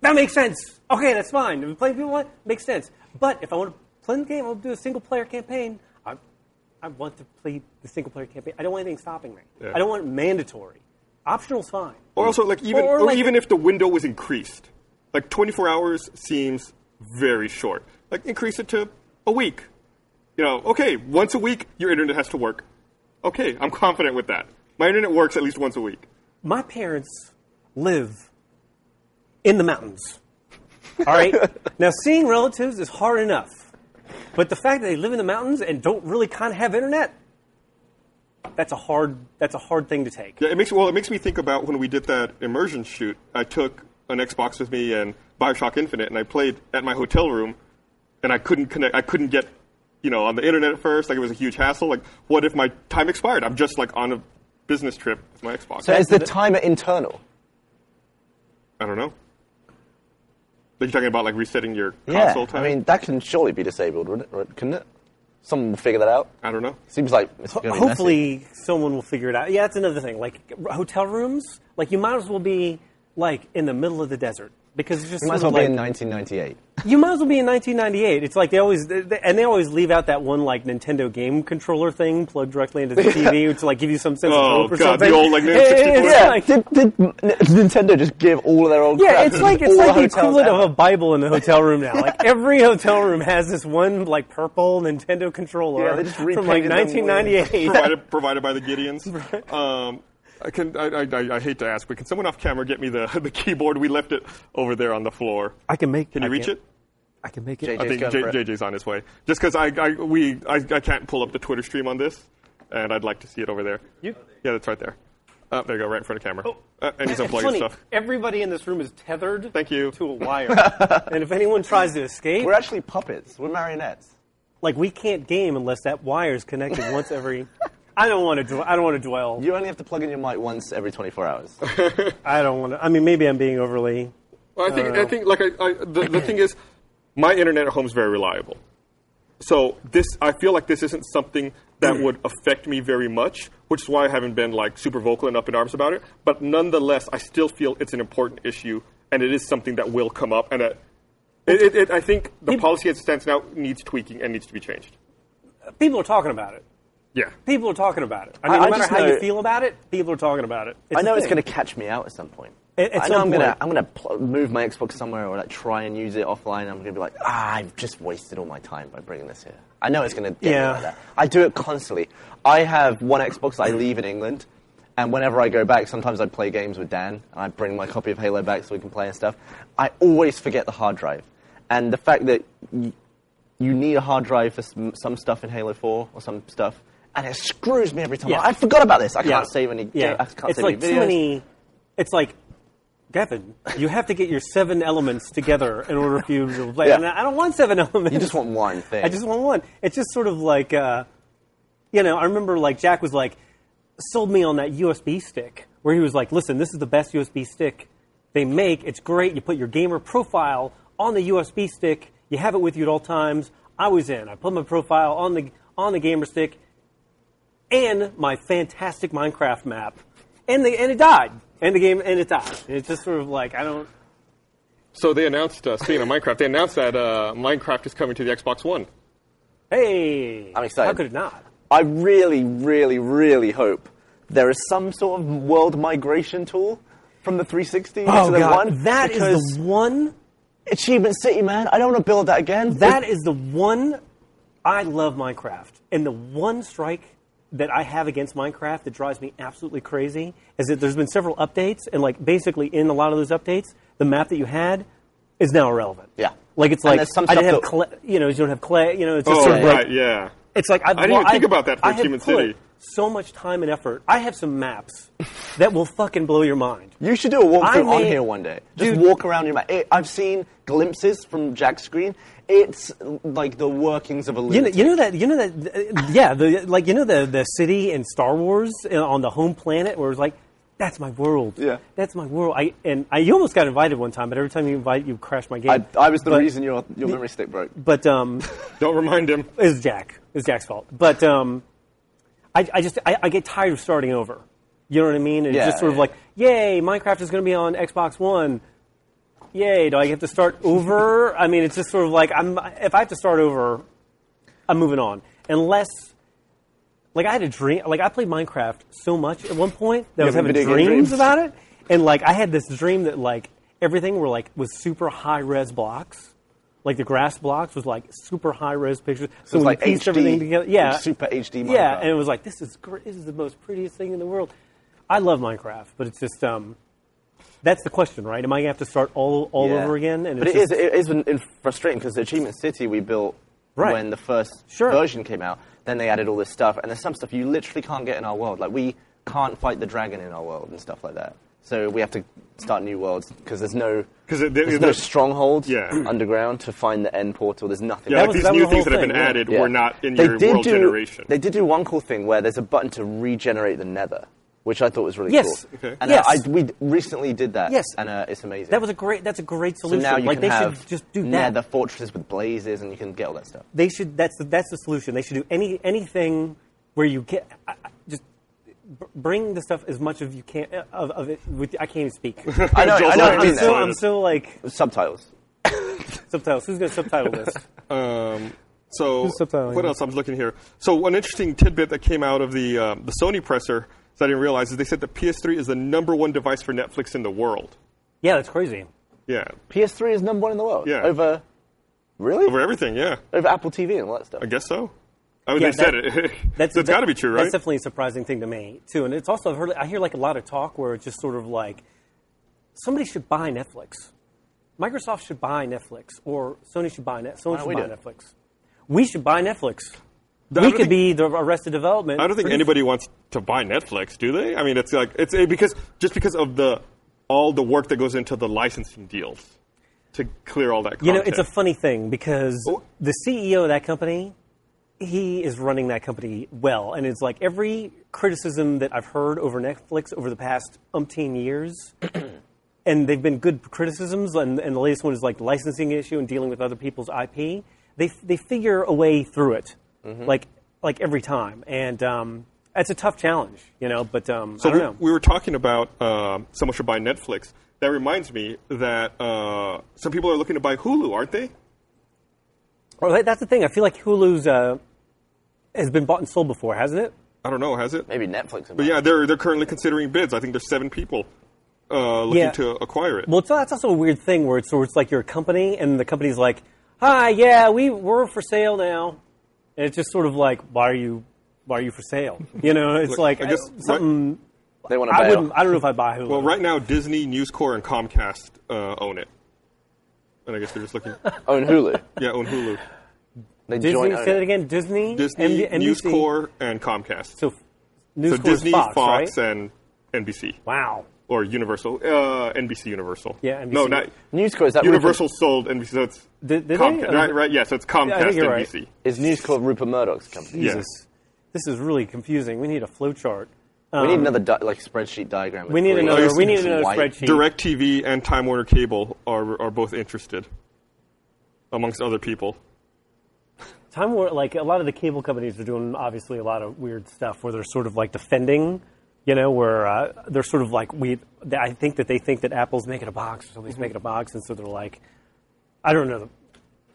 S2: That makes sense. Okay, that's fine. If we play people want, makes sense. But if I want to play the game, I'll do a single player campaign. I, I want to play the single player campaign. I don't want anything stopping me.
S1: Yeah.
S2: I don't want it mandatory. Optional's fine.
S1: Or also like even
S2: Or,
S1: or,
S2: or, like-
S1: even if the window was increased, like 24 hours seems very short. Like increase it to a week. You know, okay, once a week your internet has to work. Okay, I'm confident with that. My internet works at least once a week.
S2: my parents live in the mountains. All right? now, seeing relatives is hard enough. But the fact that they live in the mountains and don't really kind of have internet, that's a hard, that's a hard thing to take.
S1: Yeah, it makes well, it makes me think about when we did that immersion shoot. I took an Xbox with me and BioShock Infinite, and I played at my hotel room, and I couldn't connect. I couldn't get, you know, on the internet at first. Like it was a huge hassle. Like, what if my time expired? I'm just like on a business trip with my Xbox.
S3: so is the timer internal?
S1: I don't know. Like you're talking about like resetting your
S3: Yeah.
S1: console time.
S3: I mean, that can surely be disabled, wouldn't it? Or Couldn't it? Someone will figure that out.
S1: I don't know.
S3: Seems like it's gonna be
S2: Hopefully, someone will figure it out. Yeah, that's another thing. Like, r- hotel rooms, like, you might as well be like in the middle of the desert because it's just
S3: might as well
S2: sort
S3: be
S2: of
S3: in
S2: like,
S3: 1998.
S2: you might as well be in 1998. It's like they always they, they- and they always leave out that one like Nintendo game controller thing plugged directly into the TV to like give you some sense
S1: Oh,
S2: of hope or
S1: God, the
S2: something.
S1: old, like,
S2: It-
S1: Nintendo
S2: it's
S1: Yeah.
S3: Yeah,
S2: like-
S3: did, did N- Nintendo just give all of their old
S2: Yeah,
S3: crap
S2: it's
S3: to
S2: like it's
S3: all
S2: like the
S3: hotels
S2: equivalent
S3: ever?
S2: of a Bible in the hotel room now. Like every hotel room has this one like purple Nintendo controller
S3: Yeah, they just
S2: from like
S3: repainted them
S2: 1998.
S1: provided, provided by the Gideons. Um, I, can, I, I- I, I hate to ask, but can someone off camera get me the, the keyboard? We left it over there on the floor.
S2: I can make.
S1: Can you reach it?
S2: I can make
S3: it.
S1: I think
S3: JJ's
S1: J,
S3: going for it.
S1: JJ's on his way. Just because I, I, we, I, I can't pull up the Twitter stream on this, and I'd like to see it over there.
S2: You-
S1: yeah, that's right there. Uh, there you go, right in front of camera.
S3: Oh.
S1: Uh, and he's
S2: It's
S1: unplugging
S2: funny.
S1: stuff.
S2: Everybody in this room is tethered.
S1: Thank you.
S2: To a wire, and if anyone tries to escape,
S3: We're actually puppets. We're marionettes.
S2: like we can't game unless that wire is connected once every. I don't want to. Dw- I don't want to dwell.
S3: You only have to plug in your mic once every 24 hours.
S2: I don't want to. I mean, maybe I'm being overly.
S1: Well, I think I think like I, I the, the thing is, my internet at home is very reliable. So this, I feel like this isn't something that would affect me very much, which is why I haven't been like super vocal and up in arms about it. But nonetheless, I still feel it's an important issue, and it is something that will come up. And uh it, it, it, I think the policy as it stands now needs tweaking and needs to be changed.
S2: People are talking about it.
S1: Yeah,
S2: People are talking about it. I mean,
S3: I- I
S2: no matter
S3: just
S2: how you
S3: know-
S2: feel about it, people are talking about it.
S3: I know
S2: a
S3: it's
S2: thing.
S3: going to catch me out at some point.
S2: At- at
S3: I know
S2: some
S3: I'm going
S2: point.
S3: to I'm going to pl- move my Xbox somewhere or like try and use it offline. I'm going to be like, ah, I've just wasted all my time by bringing this here. I know it's going to get me
S2: Yeah.
S3: like that. I do it constantly. I have one Xbox. I leave in England, and whenever I go back, sometimes I play games with Dan, and I bring my copy of Halo back so we can play and stuff. I always forget the hard drive, and the fact that y- you need a hard drive for some, some stuff in Halo 4 or some stuff. And it screws me every time.
S2: Yeah.
S3: I forgot about this. I
S2: Yeah.
S3: can't save any.
S2: Yeah,
S3: I can't
S2: it's
S3: save
S2: like
S3: any videos.
S2: too many. It's like, Gavin, you have to get your seven elements together in order for you to play.
S3: Yeah.
S2: And I don't want seven elements.
S3: You just want one thing.
S2: I just want one. It's just sort of like, uh, you know, I remember like Jack was like, sold me on that USB stick where he was like, listen, this is the best USB stick they make. It's great. You put your gamer profile on the USB stick. You have it with you at all times. I was in. I put my profile on the on the gamer stick and my fantastic Minecraft map. And the and it died. And the game and it died. And it's just sort of like I don't
S1: So they announced, uh, speaking of Minecraft, they announced that uh, Minecraft is coming to the Xbox One.
S2: Hey
S3: I'm excited.
S2: How could it not?
S3: I really, really, really hope there is some sort of world migration tool from the 360 to the one.
S2: Oh, that is
S3: because
S2: the one
S3: achievement city, man. I don't want to build that again.
S2: That is the one. I love Minecraft, and the one strike that I have against Minecraft that drives me absolutely crazy is that there's been several updates, and like basically in a lot of those updates, the map that you had is now irrelevant.
S3: Yeah.
S2: like it's
S3: And
S2: like
S3: there's some
S2: I didn't have
S3: stuff
S2: clay, you know, you don't have clay, you know, it's just
S1: Oh,
S2: sort of like
S1: right, yeah.
S2: it's like I've,
S1: I didn't even
S2: well,
S1: think
S2: I've-
S1: about that for
S2: I have
S1: Achievement
S2: put
S1: City.
S2: So much time and effort. I have some maps that will fucking blow your mind.
S3: You should do a walkthrough
S2: I
S3: on
S2: may-
S3: here one day. Just
S2: Dude.
S3: walk around your map. It, I've seen glimpses from Jack's screen. It's like the workings of a
S2: You know,
S3: lunatic.
S2: you know that you know that uh, yeah the like you know the the city in Star Wars uh, on the home planet where it's like that's my world
S3: Yeah.
S2: that's my world I and I you almost got invited one time but every time you invite you crash my game
S3: I, I was the
S2: But-
S3: reason your, your memory stick broke.
S2: but um
S1: Don't remind him.
S2: it's Jack it's Jack's fault but um I I just I, I get tired of starting over you know what I mean it's
S3: Yeah,
S2: just sort of
S3: yeah.
S2: like yay Minecraft is going to be on Xbox One yay do I have to start over I mean it's just sort of like I'm if I have to start over I'm moving on unless. Like I had a dream. Like I played Minecraft so much at one point that I was
S3: have
S2: having
S3: video game
S2: dreams,
S3: dreams?
S2: about it, and like I had this dream that like everything were like was super high res blocks, like the grass blocks was like super high res pictures. So,
S3: It's
S2: when
S3: like
S2: you pieced
S3: HD,
S2: everything together, yeah,
S3: like super HD Minecraft.
S2: yeah, and it was like this is great. This is the most prettiest thing in the world. I love Minecraft, but it's just um, that's the question, right? Am I gonna have to start all all
S3: Yeah.
S2: over again? And
S3: but
S2: it's
S3: it is
S2: just-
S3: it is an- in- frustrating because the Achievement City we built
S2: Right.
S3: when the first
S2: Sure.
S3: version came out, then they added all this stuff, and there's some stuff you literally can't get in our world. Like we can't fight the dragon in our world and stuff like that. So we have to start new worlds because there's no
S1: 'Cause it-
S3: there's
S1: it-
S3: no
S1: there's-
S3: stronghold
S1: Yeah.
S3: underground to find the end portal. There's nothing.
S1: Yeah,
S2: That
S1: like
S2: was-
S1: these
S2: that was
S1: new
S2: the
S1: things that
S2: whole
S1: have been
S2: thing, yeah.
S1: added
S3: Yeah.
S1: were not in
S3: They
S1: your
S3: did
S1: world
S3: do-
S1: generation.
S3: They did do one cool thing where there's a button to regenerate the nether, which I thought was really
S2: Yes.
S3: cool.
S1: Okay.
S3: And
S2: Yes.
S3: uh, I, we d- recently did that.
S2: Yes.
S3: And uh, it's amazing.
S2: that was a great. That's a great
S3: So
S2: solution.
S3: now you
S2: like
S3: can
S2: they
S3: have
S2: should just do that.
S3: nether fortresses with blazes, and you can get all that stuff.
S2: they should that's the, that's the solution. They should do any anything where you get I, I- just b- bring the stuff as much of you can of, of it. With, I can't even speak.
S3: I know, I know,
S1: Joseph
S3: I mean
S2: I'm
S1: Gordon-Levitt.
S2: still,
S3: that.
S2: I'm still like
S3: Subtitles.
S2: subtitles. Who's gonna subtitle this?
S1: Um, so
S2: Who's subtitling
S1: what
S2: it?
S1: else? I'm looking here. So one interesting tidbit that came out of the um, the Sony presser that I didn't realize is they said the PS3 is the number one device for Netflix in the world.
S2: Yeah, that's crazy.
S1: Yeah,
S3: PS3 is number one in the world.
S1: Yeah.
S3: Over. Really?
S1: for everything. Yeah,
S3: Over Apple TV and all that stuff.
S1: I guess so. I mean,
S2: Yeah,
S1: they said
S2: that-
S1: it.
S2: That's
S1: so it's got to be true, right?
S2: That's definitely a surprising thing to me too. And it's also I've heard, I hear like a lot of talk where it's just sort of like somebody should buy Netflix. Microsoft should buy Netflix, or Sony should buy Net. Someone
S3: don't
S2: should
S3: we
S2: buy
S3: do it?
S2: Netflix. We should buy Netflix.
S1: I
S2: we
S1: don't
S2: could
S1: think-
S2: be the Arrested Development.
S1: I don't think
S2: producer.
S1: anybody wants to buy Netflix, do they? I mean, it's like it's it, because just because of the all the work that goes into the licensing deals to clear all that. Content.
S2: You know, it's a funny thing because
S1: Oh.
S2: the CEO of that company, he is running that company well, and it's like every criticism that I've heard over Netflix over the past umpteen years, and they've been good criticisms, and, and the latest one is like licensing issue and dealing with other people's IP. They they figure a way through it,
S1: Mm-hmm.
S2: like like every time, and um, it's a tough challenge, you know. But um, I
S1: So
S2: don't
S1: we,
S2: know.
S1: we were talking about um, someone should buy Netflix. That reminds me that uh, some people are looking to buy Hulu, aren't they?
S2: Well, that- that's the thing. I feel like Hulu's uh, has been bought and sold before, hasn't it?
S1: I don't know, has it?
S3: Maybe Netflix.
S1: But yeah, they're they're currently considering bids. I think there's seven people uh, looking
S2: Yeah.
S1: to acquire it.
S2: Well, it's, that's also a weird thing where it's, where it's like you're a company and the company's like, hi, yeah, we, we're for sale now. And it's just sort of like, why are you, why are you for sale? You know, it's
S1: Look,
S2: like
S1: I
S2: I
S1: guess-
S2: something,
S3: They want to
S2: I
S3: bail.
S2: wouldn't, I don't know if I buy Hulu.
S1: well, right now Disney, News Corp, and Comcast uh, own it, and I guess they're just looking.
S3: Own Hulu.
S1: yeah, own Hulu,
S3: They
S2: Disney,
S3: join.
S2: say
S3: own
S2: that
S3: it.
S2: again, Disney,
S1: Disney,
S2: NB- NBC,
S1: News Corp, and Comcast.
S2: So, News
S1: So
S2: Corp is
S1: Disney,
S2: Fox,
S1: Fox,
S2: right?
S1: and NBC
S2: Wow.
S1: or Universal, uh, NBC Universal.
S2: Yeah, NBC.
S1: No, not
S3: News Corp is that
S1: Universal sold NBC. So it's
S2: Did- did they?
S1: Comcast, right? Right. Yeah. So it's Comcast
S2: think you're right.
S1: NBC.
S3: Rupert, is News Corp Rupert Murdoch's company?
S1: Yeah.
S2: Jesus. This is really confusing. We need a flow chart.
S3: We need another di- like spreadsheet diagram. with
S2: Um, We need
S3: green
S2: another,
S3: and
S2: we need
S3: some
S2: another
S3: white.
S2: spreadsheet.
S1: Direct TV and Time Warner Cable are are both interested, amongst other people.
S2: Time Warner, like a lot of the cable companies are doing obviously a lot of weird stuff where they're sort of like defending, you know, where uh, they're sort of like we. th- I think that they think that Apple's making a box or somebody's
S1: Mm-hmm.
S2: making a box, and so they're like, I don't know.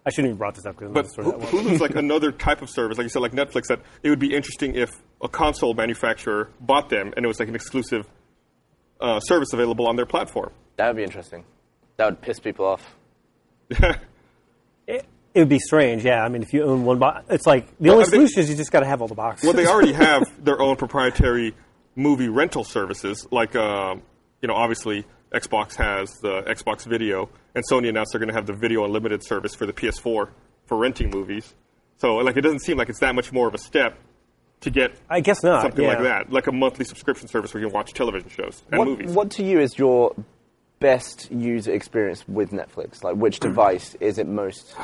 S2: I shouldn't even brought this up because I'm
S1: But
S2: not sure that well.
S1: Hulu's like another type of service, like you said, like Netflix. That it would be interesting if a console manufacturer bought them and it was like an exclusive uh, service available on their platform.
S3: That would be interesting. That would piss people off.
S2: It, it would be strange, yeah. I mean, if you own one box, it's like the only
S1: I think-
S2: solution is you just got to have all the boxes.
S1: Well, they already have their own proprietary movie rental services. Like, um, you know, obviously Xbox has the Xbox Video, and Sony announced they're going to have the Video Unlimited service for the PS4 for renting movies. So, like, it doesn't seem like it's that much more of a step to get
S2: I guess not.
S1: something like
S2: yeah.
S1: that, like a monthly subscription service where you can watch television shows and
S3: What,
S1: movies.
S3: what to you is your best user experience with Netflix? Like, which device is it most?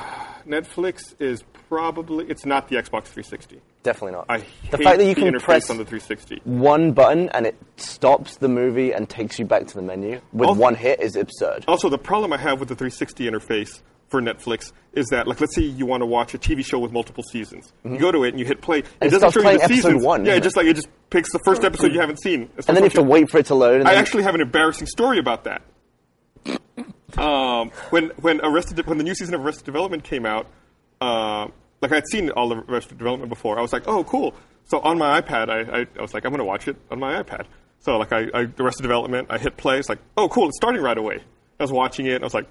S1: Netflix is probably it's not the Xbox 360.
S3: Definitely not.
S1: I
S3: the
S1: hate
S3: fact that you
S1: the
S3: can
S1: interface
S3: press
S1: on the 360.
S3: one button and it stops the movie and takes you back to the menu with
S1: Also-
S3: one hit is absurd.
S1: Also, the problem I have with the 360 interface for Netflix is that, like, let's say you want to watch a TV show with multiple seasons. You go to it and you hit play.
S3: And Mm-hmm. it
S1: doesn't
S3: starts
S1: show you
S3: playing
S1: the
S3: episode
S1: seasons.
S3: one,
S1: yeah,
S3: doesn't
S1: it
S3: it?
S1: just like it just picks the first episode you haven't seen.
S3: and then you have to wait for it to load. And
S1: I
S3: then-
S1: actually have an embarrassing story about that. Um, when when Arrested when the new season of Arrested Development came out, uh, like I'd seen all of Arrested Development before, I was like, oh cool. So on my iPad, I, I, I was like, I'm gonna watch it on my iPad. So like I, I Arrested Development, I hit play. It's like, oh cool, it's starting right away. I was watching it. and I was like,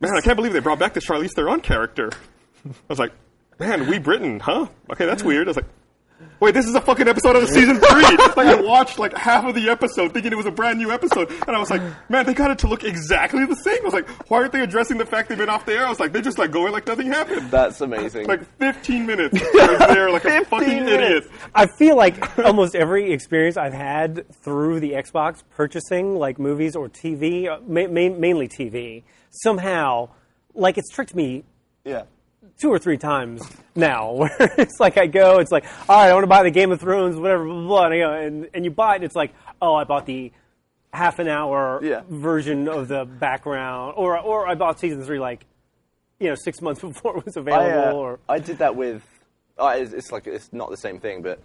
S1: man, I can't believe they brought back the Charlize Theron character. I was like, man, we Britain, huh? Okay, that's weird. I was like, wait, this is a fucking episode of season three. It's like I watched like half of the episode thinking it was a brand new episode, and I was like, man, they got it to look exactly the same. I was like, why aren't they addressing the fact they've been off the air? I was like, they're just like going like nothing happened.
S3: that's amazing.
S1: Like 15 minutes, I was there like a fucking idiot.
S2: I feel like almost every experience I've had through the Xbox purchasing like movies or TV, uh, ma- ma- mainly TV, somehow like it's tricked me
S3: yeah.
S2: two or three times now. Where it's like I go, it's like all right, I want to buy the Game of Thrones, whatever, blah blah, blah and, I go, and and you buy it, and it's like oh, I bought the half an hour
S3: Yeah.
S2: version of the background, or or I bought season three like you know six months before it was
S3: I,
S2: available,
S3: uh,
S2: or
S3: oh, I did that with. Uh, it's, it's like it's not the same thing, but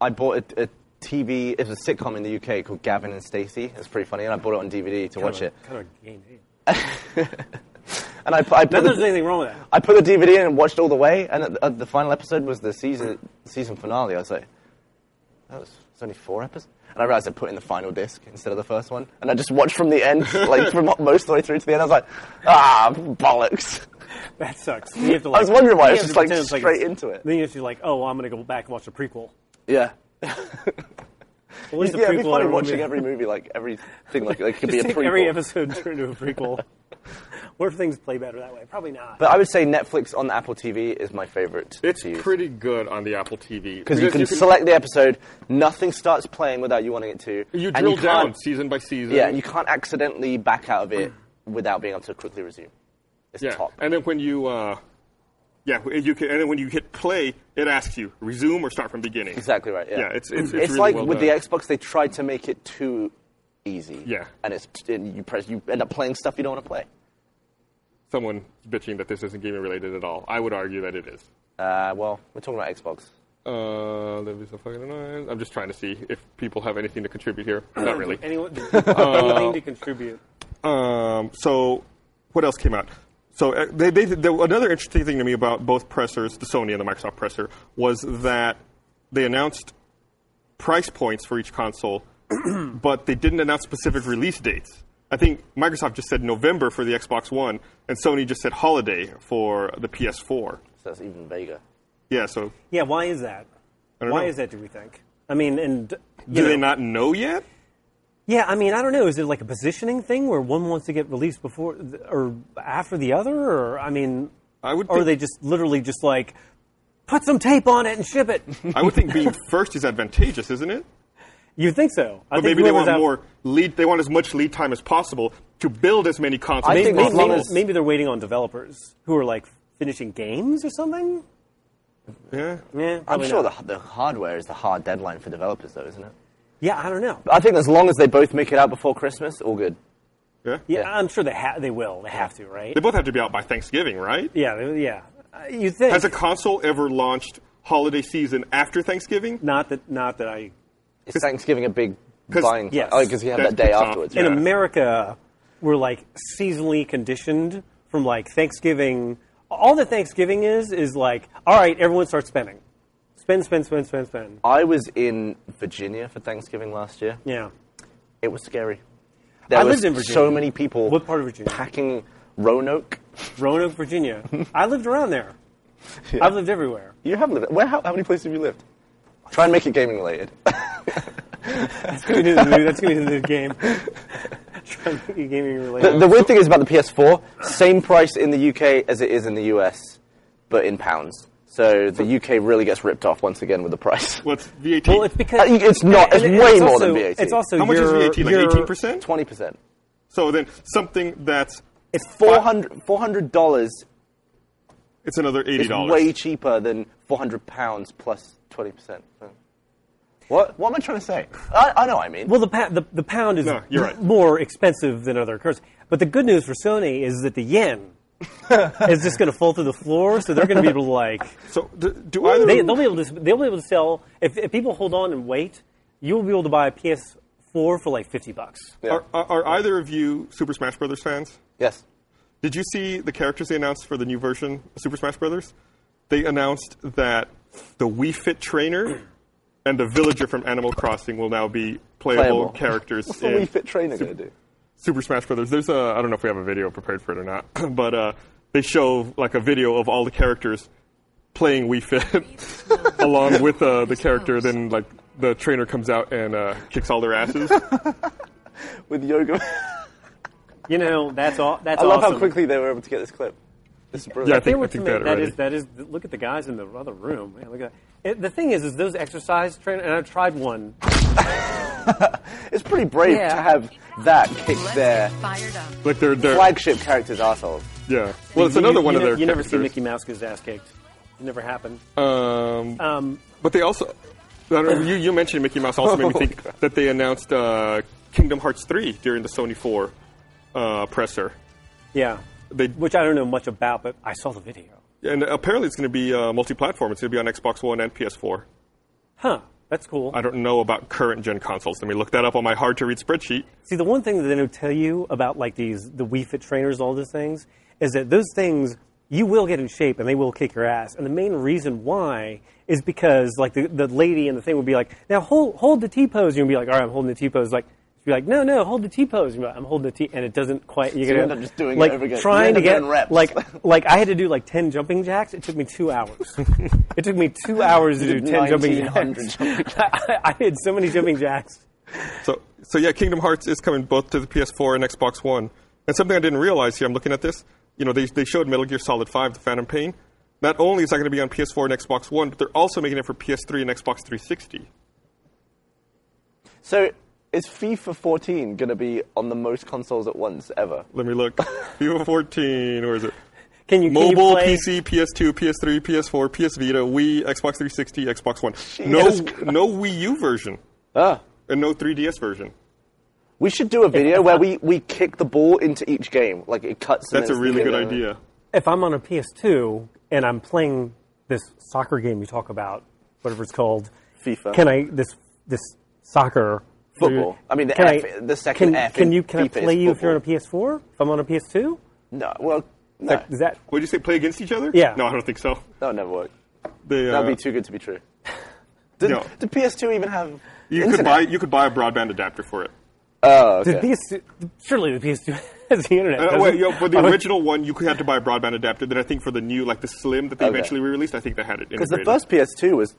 S3: I bought a, a TV. It was a sitcom in the UK called Gavin and Stacey. It's pretty funny, and I bought it on DVD to watch it.
S2: Kind of a gay name.
S3: And I, I put
S2: Not that there's
S3: the,
S2: anything wrong with that.
S3: I put the DVD in and watched all the way. And at the, at the final episode was the season season finale. I was like, that was it's only four episodes. And I realized I put in the final disc instead of the first one, and I just watched from the end, like from most of the way through to the end. I was like, ah, bollocks.
S2: That sucks. Then You have to,
S3: I was wondering why
S2: you
S3: it's
S2: have
S3: just,
S2: to pretend
S3: like, straight
S2: it's-
S3: into it.
S2: Then you have to like, oh, well, I'm gonna go back and watch the prequel.
S3: Yeah.
S2: Well, at least the
S3: yeah,
S2: prequel.
S3: it'd be
S2: I
S3: funny
S2: remember-
S3: watching every movie, like everything, like, like it could be a
S2: Just take
S3: prequel.
S2: Every episode turned into a prequel. what if things play better that way? Probably not.
S3: But I would say Netflix on the Apple TV is my favorite.
S1: It's
S3: to use.
S1: pretty good on the Apple TV
S3: because you can select the episode. Nothing starts playing without you wanting it to.
S1: You
S3: and
S1: drill down
S3: can't-
S1: season by season.
S3: Yeah, and you can't accidentally back out of it without being able to quickly resume. It's
S1: Yeah,
S3: top.
S1: and then when you, uh, yeah, you can, and then when you hit play, it asks you resume or start from beginning.
S3: exactly right. Yeah,
S1: Yeah, it's it's, it's,
S3: It's
S1: really
S3: like
S1: well
S3: with
S1: done.
S3: the Xbox, they tried to make it too easy.
S1: Yeah.
S3: and it's and you press, you end up playing stuff you don't want to play.
S1: someone bitching that this isn't gaming related at all. I would argue that it is.
S3: Uh, well, we're talking about Xbox.
S1: Uh, that'd be so fucking annoying. I'm just trying to see if people have anything to contribute here. Not really.
S2: Anyone, anything to contribute.
S1: Um, so, what else came out? So, uh, they, they, the, another interesting thing to me about both pressers, the Sony and the Microsoft presser, was that they announced price points for each console, but they didn't announce specific release dates. I think Microsoft just said November for the Xbox One, and Sony just said holiday for the PS4.
S3: So that's even vaguer.
S1: Yeah, so
S2: Yeah, why is that?
S1: don't
S2: Why
S1: know.
S2: is that? Do we think? I mean, and
S1: do
S2: you
S1: they
S2: know-
S1: not know yet?
S2: Yeah, I mean, I don't know. Is it like a positioning thing where one wants to get released before th- or after the other, or I mean,
S1: I would
S2: or are
S1: think-
S2: they just literally just like put some tape on it and ship it?
S1: I would think being first is advantageous, isn't it?
S2: you think so? I
S1: But
S2: think
S1: maybe they
S2: whoever's
S1: want
S2: out-
S1: more lead. They want as much lead time as possible to build as many consoles.
S3: I
S1: as
S3: think
S2: Maybe,
S3: as
S1: possible.
S3: long
S2: maybe-
S3: as-
S2: maybe they're waiting on developers who are like finishing games or something.
S1: Yeah.
S2: Yeah,
S3: I'm
S2: probably
S3: sure
S2: not.
S3: the, the hardware is the hard deadline for developers, though, isn't it?
S2: Yeah, I don't know.
S3: I think as long as they both make it out before Christmas, all good.
S1: yeah,
S2: Yeah,
S3: Yeah.
S2: I'm sure they ha- they will. They have to, right?
S1: They both have to be out by Thanksgiving, right?
S2: Yeah, they, yeah. Uh, You think?
S1: Has a console ever launched holiday season after Thanksgiving?
S2: not that. Not that I.
S3: Is Thanksgiving a big
S1: 'Cause-
S3: buying?
S2: Yes.
S3: Oh, because you have
S1: That's
S3: that day
S1: pissed off.
S3: afterwards.
S1: Yeah.
S2: in America, we're like seasonally conditioned from like Thanksgiving. All that Thanksgiving is is like, all right, everyone starts spending, spend, spend, spend, spend, spend.
S3: I was in Virginia for Thanksgiving last year.
S2: Yeah,
S3: It was scary. There
S2: I
S3: was
S2: lived in Virginia.
S3: so many people.
S2: What part of Virginia?
S3: Packing Roanoke.
S2: Roanoke, Virginia. I lived around there. I've lived everywhere.
S3: You have lived. Where? How, how many places have you lived? Try and make it gaming related.
S2: That's gonna be the new. That's gonna be the new game. Trying to be gaming
S3: the,
S2: related.
S3: the weird thing is about the PS4. Same price in the UK as it is in the US, but in pounds. So the UK really gets ripped off once again with the price.
S1: What's VAT?
S2: Well, it's because
S3: Uh, it's not. It's
S2: and it-
S3: way
S2: it's
S3: more
S2: also-
S3: than VAT.
S2: It's also
S1: How much is
S2: your-
S1: VAT? Like
S2: your-
S1: eighteen percent.
S3: Twenty percent.
S1: So then something that's
S3: It's four hundred. Four hundred dollars
S1: it's another eighty
S3: It's way
S1: dollars.
S3: cheaper than 400 pounds plus 20 percent. What? What am I trying to say? I, I know. What I mean,
S2: Well, the, pa- the, the pound is
S1: No, you're right.
S2: more expensive than other currencies. But the good news for Sony is that the yen is just going to fall through the floor, so they're going to be able to like
S1: So do, do either?
S2: they, they'll be able to they'll be able to sell if, if people hold on and wait, you'll be able to buy a PS4 for like fifty bucks.
S1: are, are, are either of you Super Smash Brothers fans?
S3: yes.
S1: Did you see the characters they announced for the new version of Super Smash Brothers? They announced that the Wii Fit trainer and the villager from Animal Crossing will now be playable,
S3: Playable.
S1: characters
S3: What's the
S1: in
S3: Wii Fit trainer going to do?
S1: Super Smash Brothers. There's a I don't know if we have a video prepared for it or not, but uh, they show like a video of all the characters playing Wii Fit along with uh, the character. Then like the trainer comes out and uh, kicks all their asses.
S3: With yoga,
S2: You know, that's all. That's
S3: I love
S2: awesome.
S3: how quickly they were able to get this clip. This is
S1: Yeah, I
S3: brilliant.
S1: think,
S2: They were
S1: I think
S2: to me-
S1: that
S2: that
S1: already.
S2: is that is look at the guys in the other room. Man, look at that. It, the thing is, is those exercise trainers, and I've tried one.
S3: it's pretty brave
S2: Yeah.
S3: to have that kick
S4: Let's
S3: their
S4: get fired up.
S1: like they're, they're
S3: flagship character's asshole.
S1: yeah. Well, it's
S2: You-
S1: another
S2: you
S1: one of
S2: ne-
S1: their
S2: You never see
S1: characters.
S2: Mickey Mouse get his ass kicked. It never happened.
S1: Um,
S2: Um,
S1: But they also, I don't know, you, you mentioned Mickey Mouse also made me think that they announced uh, Kingdom Hearts 3 during the Sony 4 uh, presser.
S2: Yeah.
S1: They-
S2: Which I don't know much about, but I saw the video.
S1: And apparently it's going to be uh, multi platform. It's going to be on Xbox One and PS4.
S2: Huh. That's cool.
S1: I don't know about current gen consoles. Let me look that up on my hard to read spreadsheet.
S2: See, the one thing that they don't tell you about like these the Wii Fit trainers, and all those things, is that those things you will get in shape and they will kick your ass. And the main reason why is because like the, the lady and the thing would be like, now hold hold the T pose. You'll be like, all right, I'm holding the T pose. Like. she'd Be like, no, no, hold the T pose. You'd be like, I'm holding the T, and it doesn't quite. You're
S3: you
S2: gonna
S3: end up just doing it
S2: like
S3: over again. You
S2: trying
S3: end
S2: to
S3: up
S2: get
S3: doing reps.
S2: like like I had to do like ten jumping jacks. It took me two hours. it took me two hours to do
S3: did
S2: ten jumping
S3: 1900
S2: jacks.
S3: jumping
S2: I, I did so many jumping jacks.
S1: So, so yeah, Kingdom Hearts is coming both to the PS4 and Xbox One. And something I didn't realize here, I'm looking at this. You know, they they showed Metal Gear Solid 5: The Phantom Pain. Not only is that going to be on PS4 and Xbox One, but they're also making it for PS3 and Xbox 360.
S3: So is FIFA 14 going to be on the most consoles at once ever?
S1: Let me look. FIFA 14, where is it?
S2: Can you can you
S1: Mobile,
S2: play-
S1: PC, PS2, PS3, PS4, PS Vita, Wii, Xbox 360, Xbox One.
S3: Jesus
S1: no, no Wii U version
S3: Ah.
S1: and no 3DS version.
S3: We should do a video where we, we kick the ball into each game, like it cuts. and
S1: That's a
S3: it's the
S1: really
S3: game
S1: good
S3: over.
S1: idea.
S2: if I'm on a PS2 and I'm playing this soccer game you talk about, whatever it's called,
S3: FIFA.
S2: Can I this this soccer
S3: Football. I mean, the
S2: can
S3: F-
S2: I-
S3: the second
S2: can,
S3: F
S2: Can
S3: in
S2: you can I
S3: FIFA is
S2: play you if you're on a
S3: football.
S2: PS4? If I'm on a PS2,
S3: No, well, no,
S2: like is that
S1: What did you say? Play against each other?
S2: Yeah.
S1: No, I don't think so.
S3: that would never work.
S1: They, uh,
S3: That'd be too good to be true. Did,
S1: Yeah.
S3: did PS2 even have?
S1: you
S3: internet?
S1: could buy you could buy a broadband adapter for it.
S3: Oh, okay.
S2: the PS2, surely the PS2 has the internet.
S1: Uh,
S2: doesn't
S1: wait,
S2: it?
S1: yo, but the
S2: I
S3: Oh.
S2: don't-
S1: original one, you could have to buy a broadband adapter. Then I think for the new, like the Slim that they
S3: Okay.
S1: eventually re-released, I think they had it
S3: Because
S1: integrated.
S3: the first PS2 was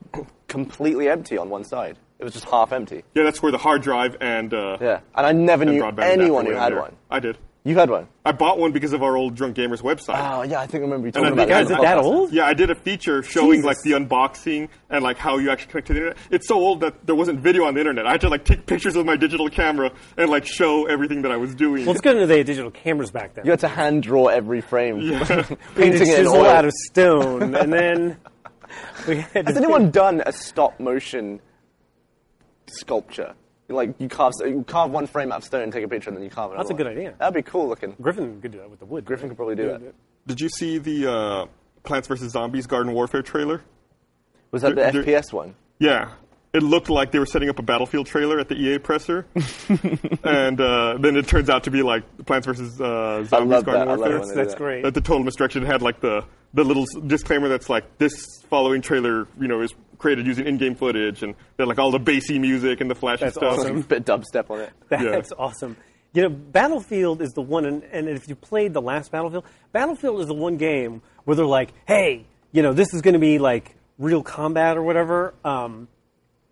S3: completely empty on one side. It was just half empty.
S1: yeah, that's where the hard drive and uh,
S3: Yeah, and I never
S1: and
S3: knew
S1: broadband adapter
S3: anyone who
S1: went in
S3: had
S1: there.
S3: one.
S1: I did.
S3: You had one.
S1: I bought one because of our old drunk gamers website.
S3: Oh yeah, I think I remember you
S1: And
S3: talking
S1: I
S3: about
S1: think
S3: that.
S1: I was-
S3: on the
S1: Is it
S2: that
S3: podcast.
S2: old?
S1: Yeah, I did a feature showing
S2: Jesus.
S1: like the unboxing and like how you actually connect to the internet. It's so old that there wasn't video on the internet. I had to like take pictures with my digital camera and like show everything that I was doing.
S2: Well, it's good that they had digital cameras back then.
S3: You had to hand draw every frame,
S2: Painted
S3: painting it in
S2: chisel
S3: oil.
S2: out of stone, and then we had
S3: Has
S2: to-
S3: anyone done a stop motion sculpture? Like you carve, you carve one frame out of stone, take a picture, and then you carve another.
S2: That's a
S3: one.
S2: good idea.
S3: That'd be cool looking.
S2: Griffin could do that with the wood.
S3: Griffin could probably do that.
S1: Did you see the uh, Plants vs Zombies Garden Warfare trailer?
S3: Was that the
S1: There- there-
S3: FPS one?
S1: Yeah. It looked like they were setting up a Battlefield trailer at the EA presser, and uh, then it turns out to be like Plants vs. Uh, Zombies
S3: love
S1: Garden
S3: that. I love
S1: Warfare.
S3: when they do
S2: That's
S3: that.
S2: great.
S1: That the total misdirection had like the the little s- disclaimer that's like this following trailer, you know, is created using in-game footage, and they're like all the bassy music and the flashy
S2: That's
S1: stuff.
S2: awesome.
S3: Bit of dubstep on it.
S1: Yeah.
S2: That's awesome. You know, Battlefield is the one, and, and if you played the last Battlefield, Battlefield is the one game where they're like, hey, you know, this is going to be like real combat or whatever. Um,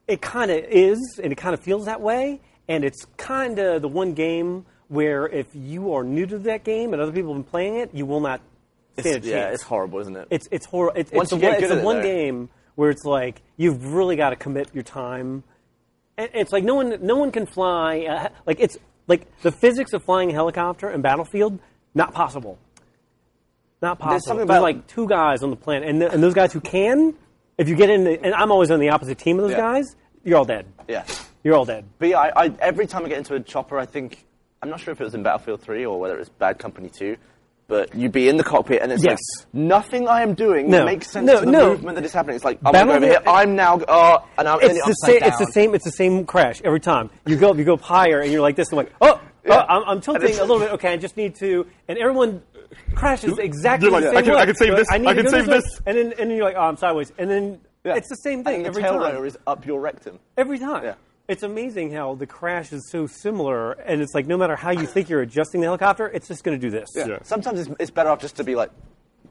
S2: it kind of is, and it kind of feels that way. And it's kind of the one game where if you are new to that game and other people have been playing it, you will not stand a
S3: yeah,
S2: chance
S3: it's horrible, isn't it?
S2: it's it's horrible. It's,
S3: Once
S2: it's, the
S3: you get
S2: one- it's
S3: good
S2: the
S3: at it,
S2: one
S3: though.
S2: game where it's like you've really got to commit your time. And it's like no one no one can fly. Uh, like it's like the physics of flying a helicopter in Battlefield not possible. Not possible. There's,
S3: something about-
S2: like two guys on the planet, and, th- and those guys who can, if you get in, the, and I'm always on the opposite team of those
S3: Yeah.
S2: guys, you're all dead.
S3: yeah.
S2: You're all dead.
S3: But yeah, I, I, every time I get into a chopper, I think I'm not sure if it was in Battlefield 3 or whether it was Bad Company 2. But you'd be in the cockpit, and it's
S2: Yes.
S3: like nothing I am doing
S2: No.
S3: makes sense
S2: No,
S3: to the
S2: no.
S3: movement that is happening. It's like I'm gonna go over here.
S2: Battlefield-
S3: I'm now. Oh, and I'm
S2: It's
S3: in
S2: the
S3: upside
S2: same. It's the
S3: down.
S2: same. It's the same crash every time. You go. You go up higher, and you're like this. I'm like, oh,
S3: Yeah.
S2: oh I'm, I'm tilting
S3: it's-
S2: a little bit. Okay, I just need to. And everyone crashes exactly
S1: You're like,
S2: the
S1: I
S2: same
S1: can-
S2: way.
S1: I can save
S2: You're
S1: this.
S2: like, I, need
S1: I
S2: to
S1: can
S2: go
S1: save
S2: way.
S1: this.
S2: And then and you're like, oh, I'm sideways. And then
S3: Yeah.
S2: it's the same
S3: And
S2: thing
S3: the
S2: every
S3: tail
S2: time.
S3: rotor is up your rectum.
S2: every time.
S3: Yeah.
S2: It's amazing how the crash is so similar, and it's like no matter how you think you're adjusting the helicopter, it's just going to do this.
S1: Yeah.
S3: Sometimes it's, it's better off just to be like,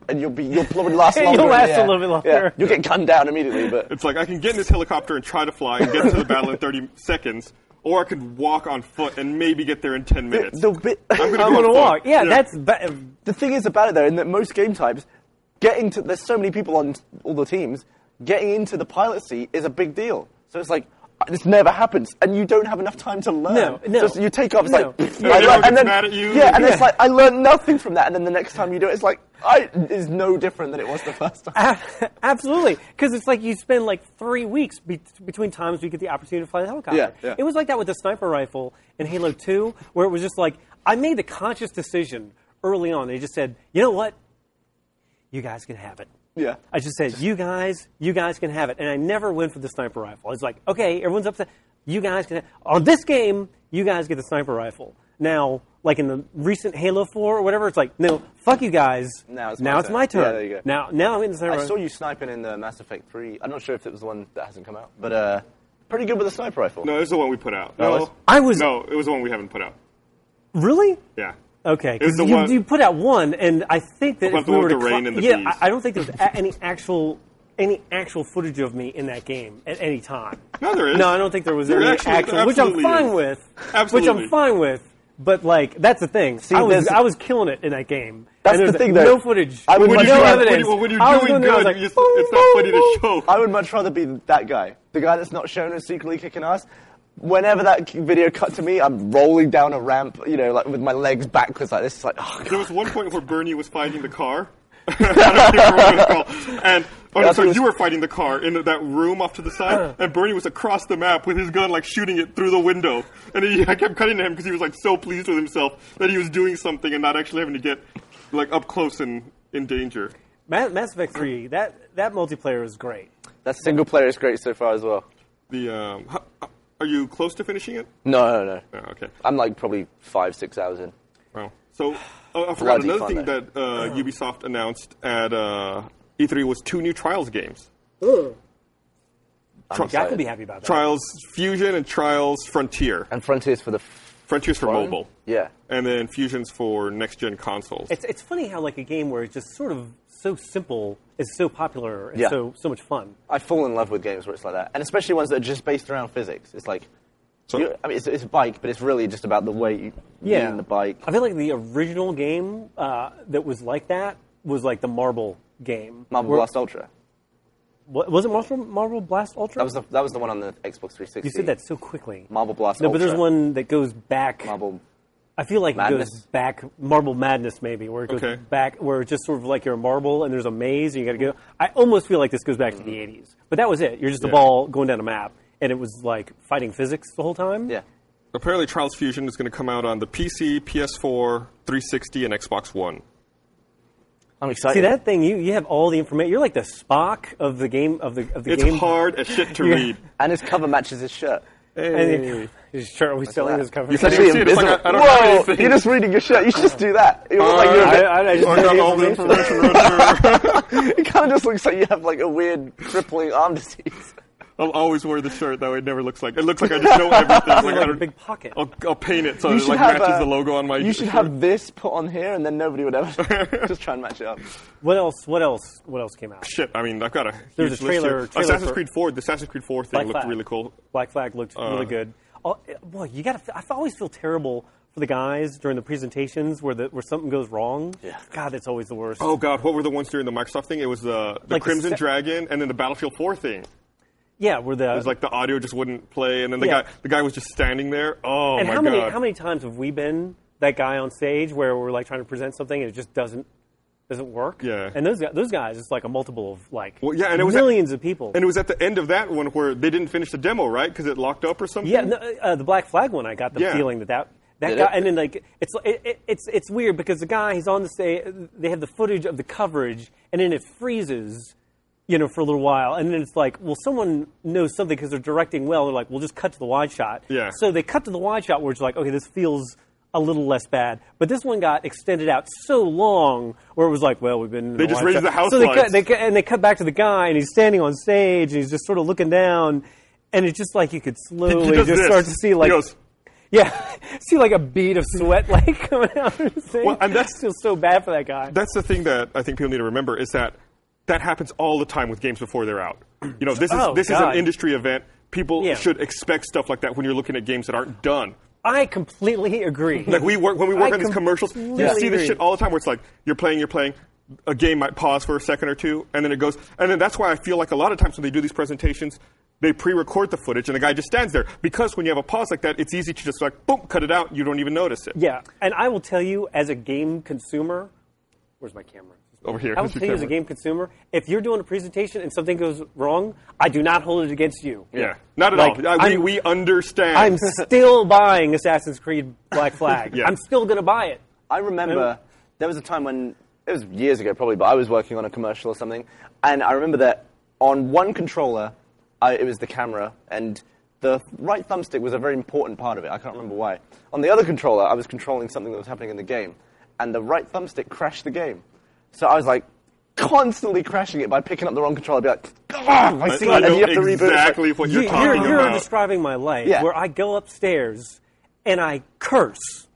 S3: and you'll be you'll probably last
S2: You'll
S3: longer. in the
S2: last a
S3: air.
S2: little bit longer.
S3: Yeah. You'll get gunned down immediately, but
S1: It's like I can get in this helicopter and try to fly and get to the battle in 30 seconds, or I could walk on foot and maybe get there in 10 minutes.
S3: the bit
S1: I'm gonna
S2: I'm
S1: go
S2: going to
S1: on foot.
S2: walk. Yeah, that's ba-
S3: the thing is about it though, in that most game types, getting to there's so many people on all the teams, getting into the pilot seat is a big deal. So it's like uh, this never happens, and you don't have enough time to learn.
S2: No, no.
S3: So it's- you take off, it's
S2: No.
S3: like, I
S1: everyone
S3: learned-
S1: gets mad at you.
S3: yeah, and it's
S2: Yeah.
S3: like I learned nothing from that, and then the next time you do it, it's like I is no different than it was the first time.
S2: A- Absolutely, because it's like you spend like three weeks be- between times we get the opportunity to fly the helicopter.
S3: Yeah, yeah.
S2: It was like that with the sniper rifle in Halo Two, where it was just like I made the conscious decision early on. They just said, you know what, you guys can have it.
S3: Yeah.
S2: I just said, "You guys, you guys can have it." And I never went for the sniper rifle. It's like, okay, everyone's upset. You guys can on this game. You guys get the sniper rifle now. Like in the recent Halo 4 or whatever, it's like, no, fuck you guys.
S3: Now it's my
S2: now it's
S3: turn.
S2: my turn.
S3: Yeah, there you go.
S2: Now, now I'm in the sniper
S3: I saw
S2: rifle.
S3: you sniping in the Mass Effect 3. I'm not sure if it was the one that hasn't come out, but uh, pretty good with a sniper rifle.
S1: No, it was the one we put out.
S3: No,
S1: No,
S3: it's-
S2: I was-
S1: No, it was the one we haven't put out.
S2: Really?
S1: Yeah.
S2: Okay,
S1: was
S2: 'cause
S1: the
S2: you,
S1: one-
S2: you put out one, and I think that
S1: Well,
S2: if
S1: the
S2: we
S1: one
S2: were
S1: with
S2: to
S1: the rain
S2: cli-
S1: and the
S2: yeah,
S1: bees.
S2: I, I don't think there's a- any actual any actual footage of me in that game at any time.
S1: No, there is.
S2: No, I don't think there was
S1: There
S2: any
S1: actually-
S2: actual,
S1: there
S2: which I'm
S1: absolutely
S2: fine
S1: is.
S2: with, which
S1: Absolutely.
S2: I'm fine with. But like, that's the thing. I was
S3: there's-
S2: I was killing it in that game.
S3: That's
S2: and
S3: the
S2: there's
S3: thing, though.
S2: No footage.
S3: I would
S2: no
S1: When,
S3: But
S1: you,
S3: no
S1: do-
S3: evidence.
S1: when, you- when you're
S2: I was
S1: doing
S2: there, I was
S1: good,
S2: like, "Oh,
S1: you just, it's not funny to show.
S3: I would much rather be that guy, the guy that's not shown as secretly kicking ass. Whenever that k- video cut to me, I'm rolling down a ramp, you know, like with my legs backwards like this. It's like, oh,
S1: There was one point where Bernie was fighting the car. I don't remember what it's called. And oh, no,
S3: That's what
S1: sorry,
S3: it's-
S1: you were fighting the car in that room off to the side, and Bernie was across the map with his gun, like shooting it through the window. And he, I kept cutting to him because he was like so pleased with himself that he was doing something and not actually having to get like up close and in danger.
S2: Ma- Mass Effect Three. That that multiplayer is great.
S3: that single player is great so far as well.
S1: The um, h- are you close to finishing it?
S3: No, no, no.
S1: Oh, okay.
S3: I'm like probably five, six hours in.
S1: Wow. So uh, I forgot
S3: Bloody
S1: another
S3: fun,
S1: thing
S3: though.
S1: that uh, Ubisoft announced at uh, E3 was two new Trials games.
S3: I'm
S1: Try-
S2: Yeah, I
S3: excited.
S2: could be happy about that.
S1: Trials Fusion and Trials Frontier.
S3: And Frontiers for the f-
S1: Frontiers for
S3: phone?
S1: mobile.
S3: Yeah.
S1: And then Fusions for next gen consoles.
S2: It's it's funny how like a game where it's just sort of so simple is so popular and
S3: Yeah.
S2: so so much fun.
S3: I fall in love with games where it's like that, and especially ones that are just based around physics. It's like,
S1: So-
S3: you- I mean, it's, it's a bike, but it's really just about the way you lean the bike.
S2: I feel like the original game uh, that was like that was like the Marble game.
S3: Marble
S2: Where-
S3: Blast Ultra.
S2: Wa- Was it Marble, Marble Blast Ultra?
S3: That was the that was the one on the Xbox 360.
S2: you said that so quickly.
S3: Marble Blast
S2: No, but there's
S3: Ultra.
S2: one that goes back.
S3: Marble.
S2: I feel like it
S3: Madness?
S2: goes back. Marble Madness, maybe, where it goes
S1: Okay.
S2: back, where it's just sort of like you're a marble and there's a maze and you got to go. I almost feel like this goes back to
S3: Mm-hmm.
S2: the 80s, but that was it. You're just a
S1: Yeah.
S2: ball going down a map, and it was like fighting physics the whole time.
S3: Yeah.
S1: Apparently, Trials Fusion is going to come out on the PC, PS4, 360, and Xbox One.
S3: I'm excited.
S2: See that thing? You you have all the information. You're like the Spock of the game of the of the
S1: It's
S2: game.
S1: hard as shit to
S2: Yeah.
S1: read.
S3: And his cover matches his shirt.
S2: And you, sure, are we selling this cover?
S1: You said Actually, it- it's like, I- I don't have
S3: Whoa!
S1: anything. Uh,
S3: You're just reading your shirt. You should just do that. It, looks like you're a
S2: I-
S3: bit-
S2: I- I just-
S1: I got all the information. right here.
S3: it kind of just looks like you have like a weird crippling arm disease.
S1: I'll always wear the shirt. That way, it never looks like it looks like I just know everything. Like, I
S2: like a
S1: don't,
S2: big pocket.
S1: I'll, I'll paint it so
S3: You
S1: it
S3: should
S1: like
S3: have,
S1: matches
S3: uh,
S1: the logo on my.
S3: You should
S1: shirt.
S3: have this put on here, and then nobody would ever just try and match it up.
S2: What else? What else? What else came out?
S1: Shit, I mean, I've got a.
S2: There's
S1: huge
S2: a trailer-
S1: List here.
S2: trailer
S1: Assassin's
S2: for-
S1: Creed 4. The Assassin's Creed 4 thing
S2: Black
S1: looked
S2: Flag.
S1: really cool.
S2: Black Flag looked really
S1: Uh,
S2: good. Oh, eh, boy, you got to. I always feel terrible for the guys during the presentations where the where something goes wrong.
S3: Yeah.
S2: God, that's always the worst.
S1: Oh god, what were the ones during the Microsoft thing? It was uh, the the
S2: Like the
S1: Crimson
S2: se-
S1: Dragon and then the Battlefield 4 thing.
S2: Yeah, where the
S1: It was like the audio just wouldn't play, and then the
S2: Yeah.
S1: guy the guy was just standing there. Oh
S2: and
S1: my
S2: how many
S1: god!
S2: how many times have we been that guy on stage where we're like trying to present something and it just doesn't doesn't work?
S1: Yeah.
S2: And those gu- those guys, it's like a multiple of like
S1: Well, yeah, and it was
S2: millions of people.
S1: and it was at the end of that one where they didn't finish the demo, right? Because it locked up or something.
S2: Yeah, no, uh, the Black Flag one, I got the
S1: Yeah.
S2: feeling that that. That
S3: Did
S2: guy,
S3: it?
S2: and then like it's it, it, it's it's weird because the guy he's on the stage. They have the footage of the coverage, and then it freezes, you know, for a little while, and then it's like, well, someone knows something because they're directing well. They're like, we'll just cut to the wide shot.
S1: Yeah.
S2: So they cut to the wide shot, where it's like, okay, this feels a little less bad, but this one got extended out so long where it was like, well, we've been. in
S1: They just
S2: wide
S1: raised
S2: shot.
S1: the house
S2: So they
S1: lights.
S2: cut, they cut, and they cut back to the guy, and he's standing on stage, and he's just sort of looking down. And it's just like you could slow
S1: He
S2: slowly
S1: does
S2: just
S1: this.
S2: start to see
S1: He
S2: like
S1: goes-
S2: yeah see like a bead of sweat like coming out of his thing
S1: Well, and that's-
S2: I feel so bad for that guy
S1: that's the thing that I think people need to remember is that that happens all the time with games before they're out. You know, this is
S2: Oh,
S1: this is
S2: God.
S1: an industry event. People
S2: Yeah.
S1: should expect stuff like that when you're looking at games that aren't done.
S2: I completely agree
S1: Like we work when we work
S2: I
S1: on these commercials, you
S2: completely
S1: see this
S2: agree.
S1: shit all the time where it's like you're playing, you're playing, a game might pause for a second or two, and then it goes and then that's why I feel like a lot of times when they do these presentations, they pre record the footage and the guy just stands there. Because when you have a pause like that, it's easy to just like boom, cut it out, you don't even notice it.
S2: yeah and I will tell you as a game consumer where's my camera
S1: Over here.
S2: I will
S1: That's your
S2: tell you as a
S1: camera.
S2: game consumer if you're doing a presentation and something goes wrong I do not hold it against you
S1: Yeah. Not at
S2: Like,
S1: all. I, we,
S2: I'm-
S1: we understand.
S2: I'm still buying Assassin's Creed Black Flag
S1: Yeah.
S2: I'm still gonna buy it
S3: I remember there was a time when it was years ago probably, but I was working on a commercial or something, and I remember that on one controller, I, it was the camera, and the right thumbstick was a very important part of it. I can't remember why. On the other controller, I was controlling something that was happening in the game, and the right thumbstick crashed the game. So I was like constantly crashing it by picking up the wrong controller. I'd be like, "Ah, my
S1: I
S3: God," and
S1: know
S3: you have to reboot. It's like-
S1: exactly what you're
S2: you,
S1: talking
S2: you're, you're
S1: about.
S2: describing my life
S3: Yeah.
S2: where I go upstairs and I curse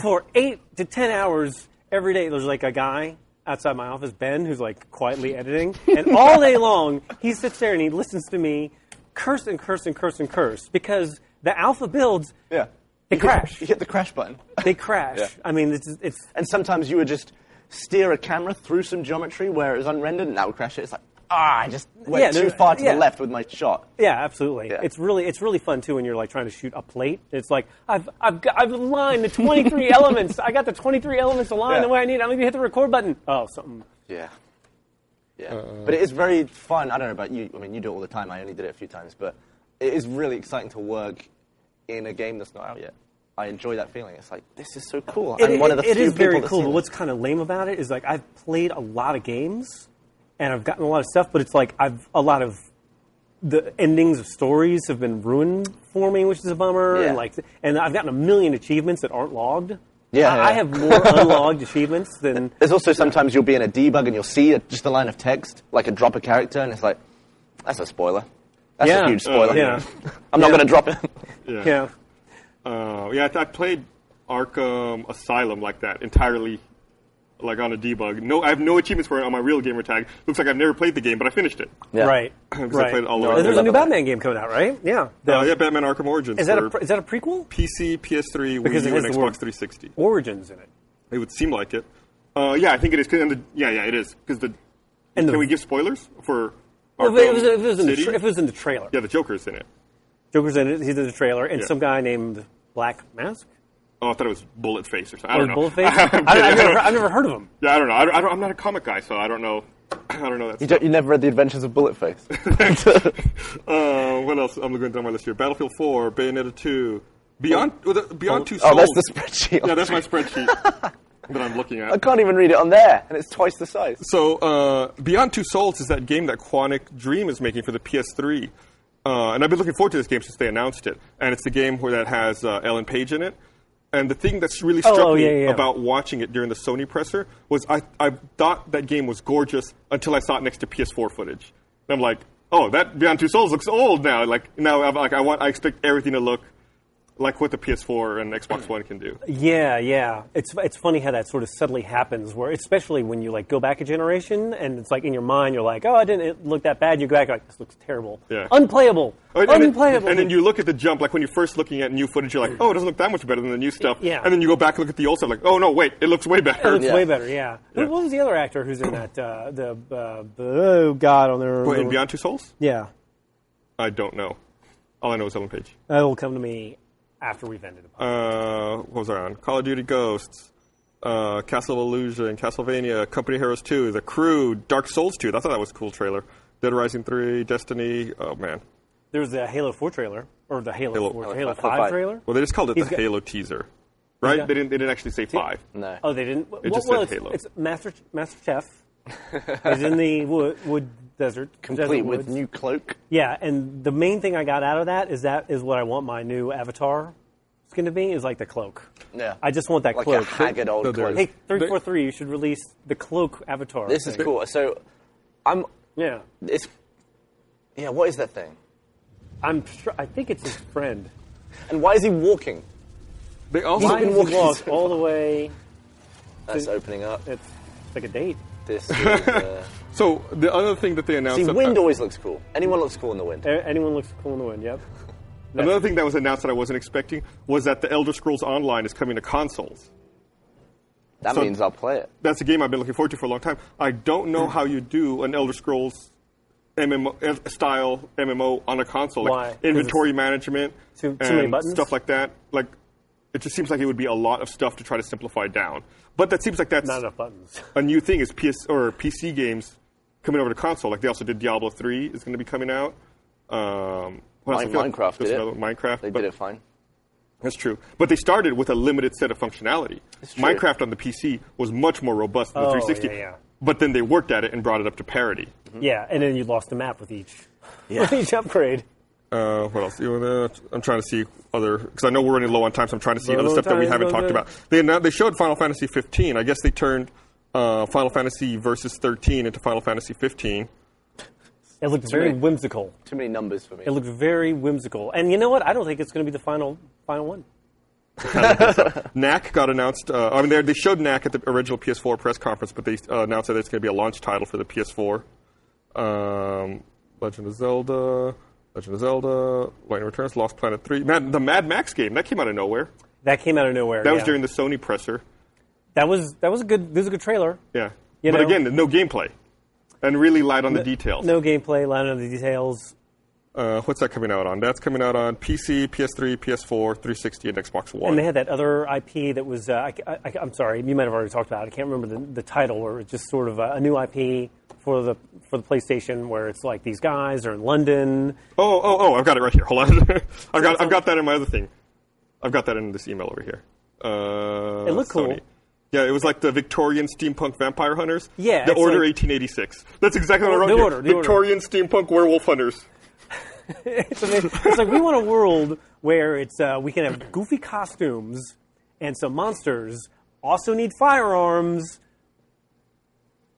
S2: for eight to ten hours every day. There's like a guy outside my office, Ben, who's like quietly editing, and all day long he sits there and he listens to me curse and curse and curse and curse because the alpha builds
S3: yeah,
S2: they crash.
S3: You hit the crash button.
S2: They crash.
S3: Yeah.
S2: I mean, it's, it's
S3: And sometimes you would just steer a camera through some geometry where it was unrendered, and that would crash it. It's like, ah, I just went
S2: Yeah,
S3: too
S2: no,
S3: far to
S2: yeah.
S3: the left with my shot.
S2: Yeah, absolutely.
S3: Yeah.
S2: It's really it's really fun too when you're like trying to shoot a plate. It's like I've I've got, I've aligned the 23 elements. I got the 23 elements aligned the
S3: Yeah.
S2: way I need. I'm gonna hit the record button. Oh, something.
S3: Yeah. Yeah. Uh, but it is very fun. I don't know about you. I mean, you do it all the time. I only did it a few times. But it is really exciting to work in a game that's not out yet. I enjoy that feeling. It's like, this is so cool.
S2: It-
S3: I'm one of the
S2: it- it
S3: few
S2: is very
S3: people that's
S2: cool.
S3: seen
S2: But
S3: it.
S2: what's kind of lame about it is like I've played a lot of games, and I've gotten a lot of stuff. But it's like I've a lot of the endings of stories have been ruined for me, which is a bummer.
S3: Yeah.
S2: And like, and I've gotten a million achievements that aren't logged.
S3: Yeah,
S2: I,
S3: yeah.
S2: I have more unlogged achievements than.
S3: There's also sometimes you'll be in a debug and you'll see a, just a line of text, like a drop a character, and it's like, that's a spoiler. That's
S2: Yeah.
S3: a huge spoiler.
S1: Uh,
S2: yeah.
S3: I'm not going to drop it.
S1: Yeah.
S2: Yeah.
S1: Uh, yeah, I, th- I played Arkham Asylum like that entirely, like on a debug. No, I have no achievements for it on my real gamer tag. Looks like I've never played the game, but I finished it.
S3: Yeah.
S2: Right.
S1: 'Cause I
S2: right.
S1: played all the
S2: And
S1: way
S2: there's
S1: through.
S2: a new Batman game coming out, right? Yeah.
S1: Uh, yeah, Batman Arkham Origins.
S2: Is that a
S1: for
S2: pre- is that a prequel?
S1: PC, PS3,
S2: Because
S1: Wii
S2: it
S1: U,
S2: has
S1: and
S2: the word-
S1: Xbox 360?
S2: Origins in it.
S1: It would seem like it. Uh, yeah, I think it is. 'cause- and the, yeah, yeah, it is. Because the
S2: And
S1: can
S2: the-
S1: we give spoilers for?
S2: Well,
S1: Arkham
S2: if it was, if it was in the
S1: City?
S2: tra- if it was in the trailer.
S1: yeah, the Joker's in it.
S2: Joker's in it. He's in the trailer, and
S1: Yeah.
S2: some guy named Black Mask.
S1: Oh, I thought it was Bullet Face or something. I
S2: Or
S1: don't know.
S2: Bullface? I,
S1: I'm
S2: have
S1: kidding.
S2: never,
S1: don't-
S2: I've never heard of him.
S1: Yeah, I don't know. I don't, I don't, I'm not a comic guy, so I don't know. I don't know that.
S3: You, don't, you never read The Adventures of Bulletface?
S1: stuff. uh, what else? I'm looking down my list here. Battlefield 4, Bayonetta 2, Beyond well, the- Beyond Two Souls.
S3: oh, that's the spreadsheet.
S1: Yeah, that's my spreadsheet that I'm looking
S3: I
S1: at.
S3: can't even read it on there, and it's twice the size.
S1: So, uh, Beyond Two Souls is that game that Quantic Dream is making for the PS3. Uh, and I've been looking forward to this game since they announced it. And it's the game where that has uh, Ellen Page in it. And the thing that's really struck
S2: oh,
S1: me
S2: yeah, yeah, yeah.
S1: about watching it during the Sony presser was I, I thought that game was gorgeous until I saw it next to PS4 footage. And I'm like, oh, that Beyond Two Souls looks old now. Like now, I'm like I want, I expect everything to look like what the PS4 and Xbox One can do.
S2: Yeah, yeah. It's it's funny how that sort of subtly happens, where especially when you like go back a generation, and it's like in your mind you're like, oh, I didn't it look that bad. You go back you're like this looks terrible,
S1: Yeah.
S2: unplayable,
S1: Oh, and- and then-
S2: unplayable.
S1: And then you look at the jump, like when you're first looking at new footage, you're like, oh, it doesn't look that much better than the new stuff.
S2: Yeah.
S1: And then you go back and look at the old stuff, like, oh, no, wait, it looks way better.
S2: It looks
S3: Yeah.
S2: way better, yeah. Who-
S1: Yeah.
S2: What was the other actor who's in that? Uh, the uh, oh God, on their
S1: But in Beyond Two Souls?
S2: yeah,
S1: I don't know. All I know is Ellen Page.
S2: that will come to me after we've ended the podcast.
S1: Uh, what was I on? Call of Duty Ghosts, uh, Castle of Illusion, Castlevania, Company Heroes 2, The Crew, Dark Souls 2. I thought that was a cool trailer. Dead Rising 3, Destiny. Oh, man.
S2: there was the Halo Four trailer or the Halo
S1: Halo-
S2: 4,
S1: Halo
S2: Halo,
S3: five.
S2: Five,
S3: Five.
S2: trailer.
S1: Well, they just called it
S2: He's
S1: the
S2: got-
S1: Halo teaser, right?
S2: got-
S1: they, didn't, they didn't actually say 5.
S3: No.
S2: Oh, they didn't. What,
S1: just
S2: well,
S1: said
S2: it's,
S1: Halo.
S2: It's Master Master Chef is in the wood, wood desert,
S3: Complete
S2: desert
S3: with
S2: woods.
S3: new cloak.
S2: Yeah, and the main thing I got out of that is that is what I want my new avatar skin to be is like the cloak.
S3: Yeah.
S2: I just want that
S3: Like
S2: cloak.
S3: a haggard old
S1: No, there
S3: cloak.
S1: is.
S2: Hey, three four three, you should release the cloak avatar.
S3: This is
S2: thing.
S3: cool. So, I'm.
S2: yeah.
S3: It's. Yeah, what is that thing?
S2: I'm sure. I think it's his friend.
S3: And why is he walking?
S1: They also.
S2: Why
S3: been
S2: has he
S3: walking
S2: walked
S3: so
S2: all the way?
S3: That's opening up.
S2: It's like a date.
S3: This. Is, uh,
S1: So, the other thing that they announced.
S3: see,
S1: that-
S3: wind always looks cool. Anyone looks cool in the wind.
S2: A- Anyone looks cool in the wind. Yep.
S1: Another thing that was announced that I wasn't expecting was that the Elder Scrolls Online is coming to consoles.
S3: That
S1: So-
S3: means I'll play it.
S1: That's a game I've been looking forward to for a long time. I don't know how you do an Elder Scrolls MMO eh, style MMO on a console,
S2: Why?
S1: like
S2: 'Cause
S1: inventory management
S2: too- too many
S1: and
S2: buttons?
S1: stuff like that. Like, it just seems like it would be a lot of stuff to try to simplify down. But that seems like that's
S2: Not enough buttons.
S1: a new thing is PS or PC games coming over to console. Like they also did Diablo three is going to be coming out. Um, what else? I
S3: Mine-
S1: feel like
S3: Minecraft
S1: there's
S3: did it.
S1: another- Minecraft.
S3: They
S1: but-
S3: did it fine.
S1: That's true. But they started with a limited set of functionality.
S3: true.
S1: Minecraft on the PC was much more robust than the
S2: Oh,
S1: 360.
S2: yeah, Mm-hmm. yeah.
S1: But then they worked at it and brought it up to parity.
S2: Yeah, and then you lost the map with each
S3: Yeah.
S2: with each upgrade.
S1: Uh, what else? You wanna- I'm trying to see other because I know we're running low on time, so I'm trying to see
S2: Low
S1: other
S2: on
S1: stuff that we
S2: time,
S1: haven't
S2: low
S1: talked
S2: time.
S1: about. They now they showed Final Fantasy 15. I guess they turned uh, Final Fantasy versus 13 into Final Fantasy 15.
S2: It looked very
S3: right.
S2: whimsical.
S3: Too many numbers for me.
S2: It looked very whimsical. And you know what? I don't think it's going to be the final final one.
S1: Knack got announced. Uh, I mean, they- they showed Knack at the original PS4 press conference, but they uh, announced that it's going to be a launch title for the PS4. Um, Legend of Zelda, Legend of Zelda, Lightning Returns, Lost Planet 3, Mad, the Mad Max game that came out of nowhere.
S2: That came out of nowhere.
S1: That was
S2: yeah.
S1: during the Sony presser.
S2: That was that was a good. This was a good trailer.
S1: Yeah,
S2: You
S1: but
S2: know-
S1: again, no gameplay, and really light on the details.
S2: No gameplay, line of the details.
S1: Uh, what's that coming out on? That's coming out on PC, PS3, PS4, 360, and Xbox One.
S2: And they had that other IP that was. Uh, I, am sorry, you might have already talked about. it. I can't remember the, the title, or it's just sort of a, a new IP for the for the PlayStation, where it's like these guys are in London.
S1: Oh, oh, oh! I've got it right here. Hold on. I've got, I've got that in my other thing. I've got that in this email over here. Uh,
S2: It looked cool.
S1: Sony. Yeah, it was like the Victorian steampunk vampire hunters.
S2: Yeah,
S1: the
S2: it's
S1: Order
S2: like- Oh,
S1: 1886. That's exactly what I
S2: The
S1: wrote here.
S2: Order, the Order.
S1: Victorian steampunk werewolf hunters.
S2: it's, ama- it's like we want a world where it's uh, we can have goofy costumes and some monsters. Also need firearms.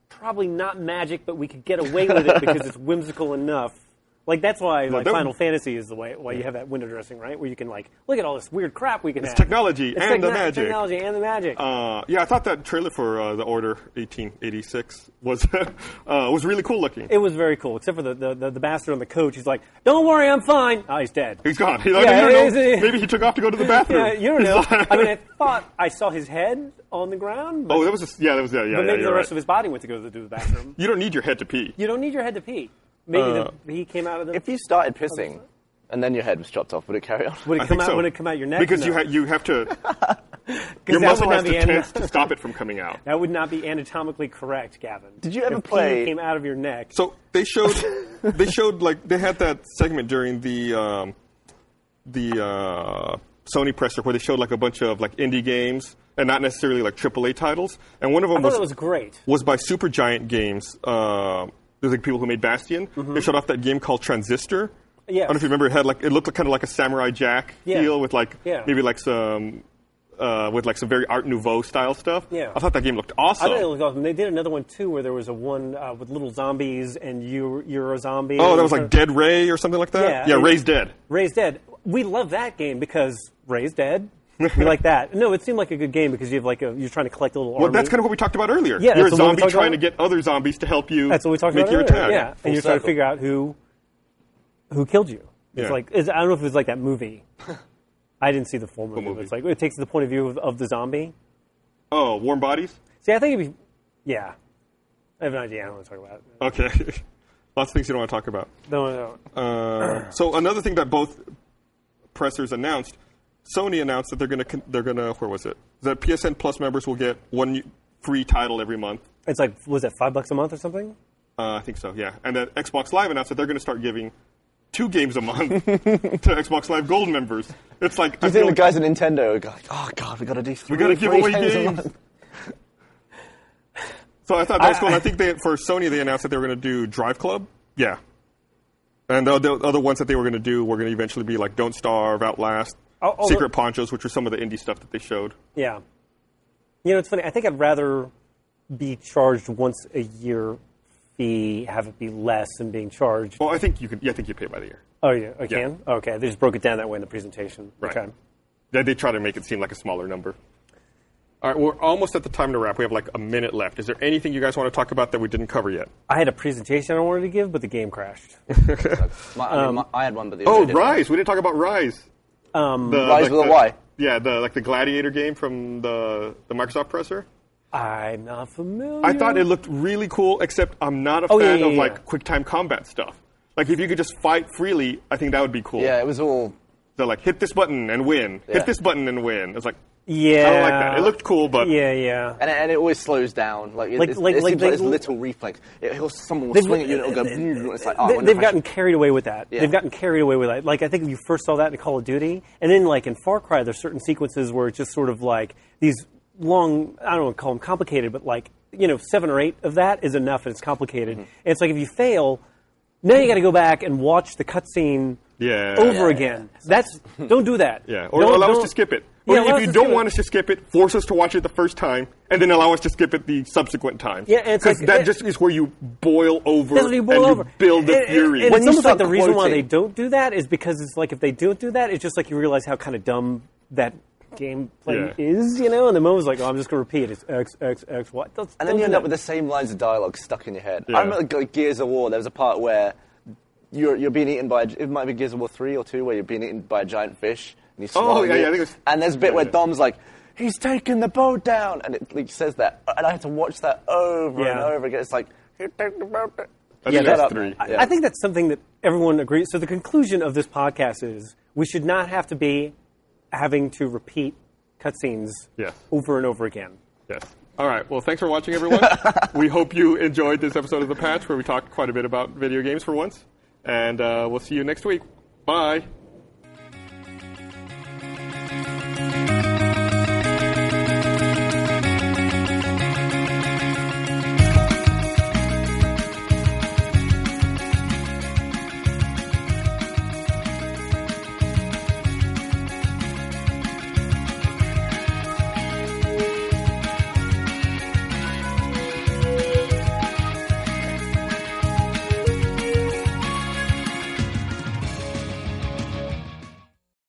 S2: Probably not magic, but we could get away with it because it's whimsical enough. Like that's why like
S1: that-
S2: Final Fantasy is the way why you have that window dressing, right? Where you can like look at all this weird crap we can have.
S1: technology and the
S2: techno-
S1: magic.
S2: Technology and the magic.
S1: Uh, yeah, I thought that trailer for uh, the Order 1886 was uh, was really cool looking.
S2: it was very cool, except for the, the, the, the bastard on the coach. He's like, "Don't worry, I'm fine." Oh, he's dead.
S1: He's gone. He's like,
S2: Yeah,
S1: "You don't
S2: it
S1: know.
S2: is-
S1: Maybe he took off to go to the bathroom.
S2: Yeah, you don't
S1: He's
S2: know.
S1: like-
S2: I mean, I thought I saw his head on the ground, but,
S1: oh, that was a, yeah, that was yeah, yeah.
S2: but
S1: yeah,
S2: maybe
S1: you're
S2: the rest
S1: right.
S2: of his body went to go to the bathroom.
S1: You don't need your head to pee.
S2: you don't need your head to pee. Maybe
S1: Uh,
S2: the, he came out of the.
S3: if you started pissing and then your head was chopped off, would it carry on?
S2: would
S1: I
S2: it come
S1: think
S2: out?
S1: so.
S2: Would it come out your neck?
S1: Because
S2: No.
S1: you ha- you have to
S2: 'Cause
S1: Your
S2: that
S1: muscle
S2: would
S1: has to
S2: not be ana-
S1: tense to stop it from coming out.
S2: That would not be anatomically correct, Gavin.
S3: Did you ever
S2: if pee
S3: play-
S2: Came out of your neck.
S1: So they showed they showed like they had that segment during the um, the uh, Sony presser where they showed like a bunch of like indie games and not necessarily like AAA titles. And one of them
S2: I thought
S1: was
S2: that was great.
S1: was by Supergiant Games. Uh, there's like people who made Bastion.
S2: Mm-hmm.
S1: They showed off that game called Transistor.
S2: Yeah.
S1: I don't know if you remember. It had like it looked like, kind of like a Samurai Jack
S2: Yeah.
S1: feel with like
S2: Yeah.
S1: maybe like some uh, with like some very Art Nouveau style stuff.
S2: Yeah.
S1: I thought that game looked awesome.
S2: I thought it looked awesome. They did another one too, where there was a one uh, with little zombies and you you're a zombie.
S1: Oh, that
S2: and
S1: was
S2: sort
S1: like
S2: of-
S1: Dead Ray or something like that.
S2: Yeah.
S1: Ray's dead.
S2: Ray's Dead. We love that game because Ray's dead. we like that. No, it seemed like a good game because you have like a you're trying to collect a little.
S1: Well, that's kind of what we talked about earlier.
S2: Yeah,
S1: you're a
S2: that's the one we
S1: zombie
S2: talked
S1: trying
S2: about.
S1: to get other zombies to help you.
S2: that's what we talked
S1: make
S2: about.
S1: your
S2: earlier.
S1: attack.
S2: Yeah,
S3: full
S2: and you're trying to
S3: circle.
S2: figure out who who killed you. It's
S1: Yeah.
S2: like it's, I don't know if it was like that movie. I didn't see the full movie. but
S1: movie?
S2: It's like it takes the point of view of, of the zombie.
S1: Oh, warm bodies.
S2: See, I think it'd be yeah. I have an idea. I don't want to talk about it.
S1: Okay, lots of things you don't want to talk about.
S2: No, no, no.
S1: Uh, so another thing that both pressers announced, Sony announced that they're going to they're going to where was it? That PSN Plus members will get one free title every month.
S2: It's like was it five bucks a month or something?
S1: Uh, I think so. Yeah, and then Xbox Live announced that they're going to start giving two games a month to Xbox Live Gold members. It's like I
S3: You think
S1: feel
S3: the
S1: like
S3: guys at Nintendo are like, oh god, we gotta do three,
S1: we got to give
S3: three
S1: away
S3: games a
S1: games.
S3: month."
S1: So I thought that was
S2: I-
S1: cool. and I think they, for Sony, they announced that they were going to do Drive Club. Yeah. And the other other ones that they were going to do were going to eventually be like Don't Starve, Outlast,
S2: Oh, oh,
S1: Secret
S2: look-
S1: Ponchos, which were some of the indie stuff that they showed.
S2: Yeah. You know, it's funny. I think I'd rather be charged once a year fee, have it be less than being charged.
S1: Well, I think you could. Yeah, I think you pay by the year.
S2: Oh, yeah, I can? Okay, they just broke it down that way in the presentation.
S1: Right.
S2: Okay.
S1: They, they try to make it seem like a smaller number. All right, we're almost at the time to wrap. We have like a minute left. Is there anything you guys want to talk about that we didn't cover yet?
S2: I had a presentation I wanted to give, but the game crashed.
S3: My, I, mean, my- I had one, but the
S1: Oh,
S3: other didn't.
S1: Rise. We didn't talk about Rise.
S2: Um,
S1: The,
S3: Rise with a
S1: the-
S3: Y.
S1: Yeah, the like the Gladiator game from the the Microsoft presser.
S2: I'm not familiar.
S1: I thought it looked really cool, except I'm not a
S2: Oh, yeah,
S1: fan
S2: yeah,
S1: of
S2: yeah.
S1: like quick time combat stuff. Like if you could just fight freely, I think that would be cool.
S3: Yeah, it was all.
S1: They're like hit this button and win,
S3: Yeah.
S1: hit this button and win. It's like
S2: Yeah.
S1: I don't like that. It looked cool, but
S2: Yeah, yeah.
S3: And, and it always slows down. Like, it,
S2: Like-
S3: it's,
S2: like-
S3: it
S2: like
S3: seems
S2: they- uh,
S3: like it's little reflex. It, he'll, someone will swing at you and it'll go. "Mm," It's like, oh, I wonder
S2: they, have
S3: if I
S2: gotten
S3: should-
S2: carried away with that.
S3: Yeah.
S2: They've gotten carried away with that. Like I think you first saw that in Call of Duty, and then like in Far Cry, there's certain sequences where it's just sort of like these long. I don't want to call them complicated, but like you know, seven or eight of that is enough, and it's complicated.
S3: Mm-hmm.
S2: And it's like if you fail, now you got to go back and watch the cutscene.
S1: Yeah.
S2: Over
S1: Yeah.
S2: again. That's don't do that.
S1: yeah. Or
S2: Don't-
S1: allow us
S2: don't-
S1: to skip it. Or
S2: Yeah, allow
S1: if
S2: us
S1: you
S2: to
S1: don't
S2: skip it.
S1: want us to skip it, force us to watch it the first time, and then allow us to skip it the subsequent time.
S2: Yeah, and it's
S1: because
S2: like-
S1: that
S2: it-
S1: just is where you boil over
S2: That's what you boil
S1: and
S2: over.
S1: you build the
S2: And- and-
S1: fury.
S2: and
S3: When
S2: it's
S3: you
S2: almost like
S3: start
S2: the reason why
S3: quoting-
S2: they don't do that is because it's like if they don't do that, it's just like you realize how kind of dumb that gameplay
S1: Yeah.
S2: is, you know. And the moment's like, oh, I'm just going to repeat. It's X X X. What? That's,
S3: And then you end up with the same lines of dialogue stuck in your head.
S1: Yeah.
S3: I remember like, like, Gears of War. There was a part where you're you're being eaten by a, it might be Gears of War three or two where you're being eaten by a giant fish and he's
S1: Oh,
S3: swallowing
S1: yeah,
S3: you.
S1: yeah, I think it was-
S3: and there's a bit where
S1: yeah.
S3: Dom's like. He's taken the boat down, and it like, says that, and I had to watch that over and
S2: Yeah.
S3: over again. It's like, he took the boat down.
S1: I think
S3: Shut
S1: that's
S3: up.
S1: three.
S2: I,
S3: Yeah.
S2: I think that's something that everyone agrees. So the conclusion of this podcast is we should not have to be having to repeat cutscenes
S1: Yes.
S2: over and over again.
S1: Yes. All right. Well, thanks for watching, everyone. we hope you enjoyed this episode of The Patch, where we talked quite a bit about video games for once. And uh, we'll see you next week. Bye.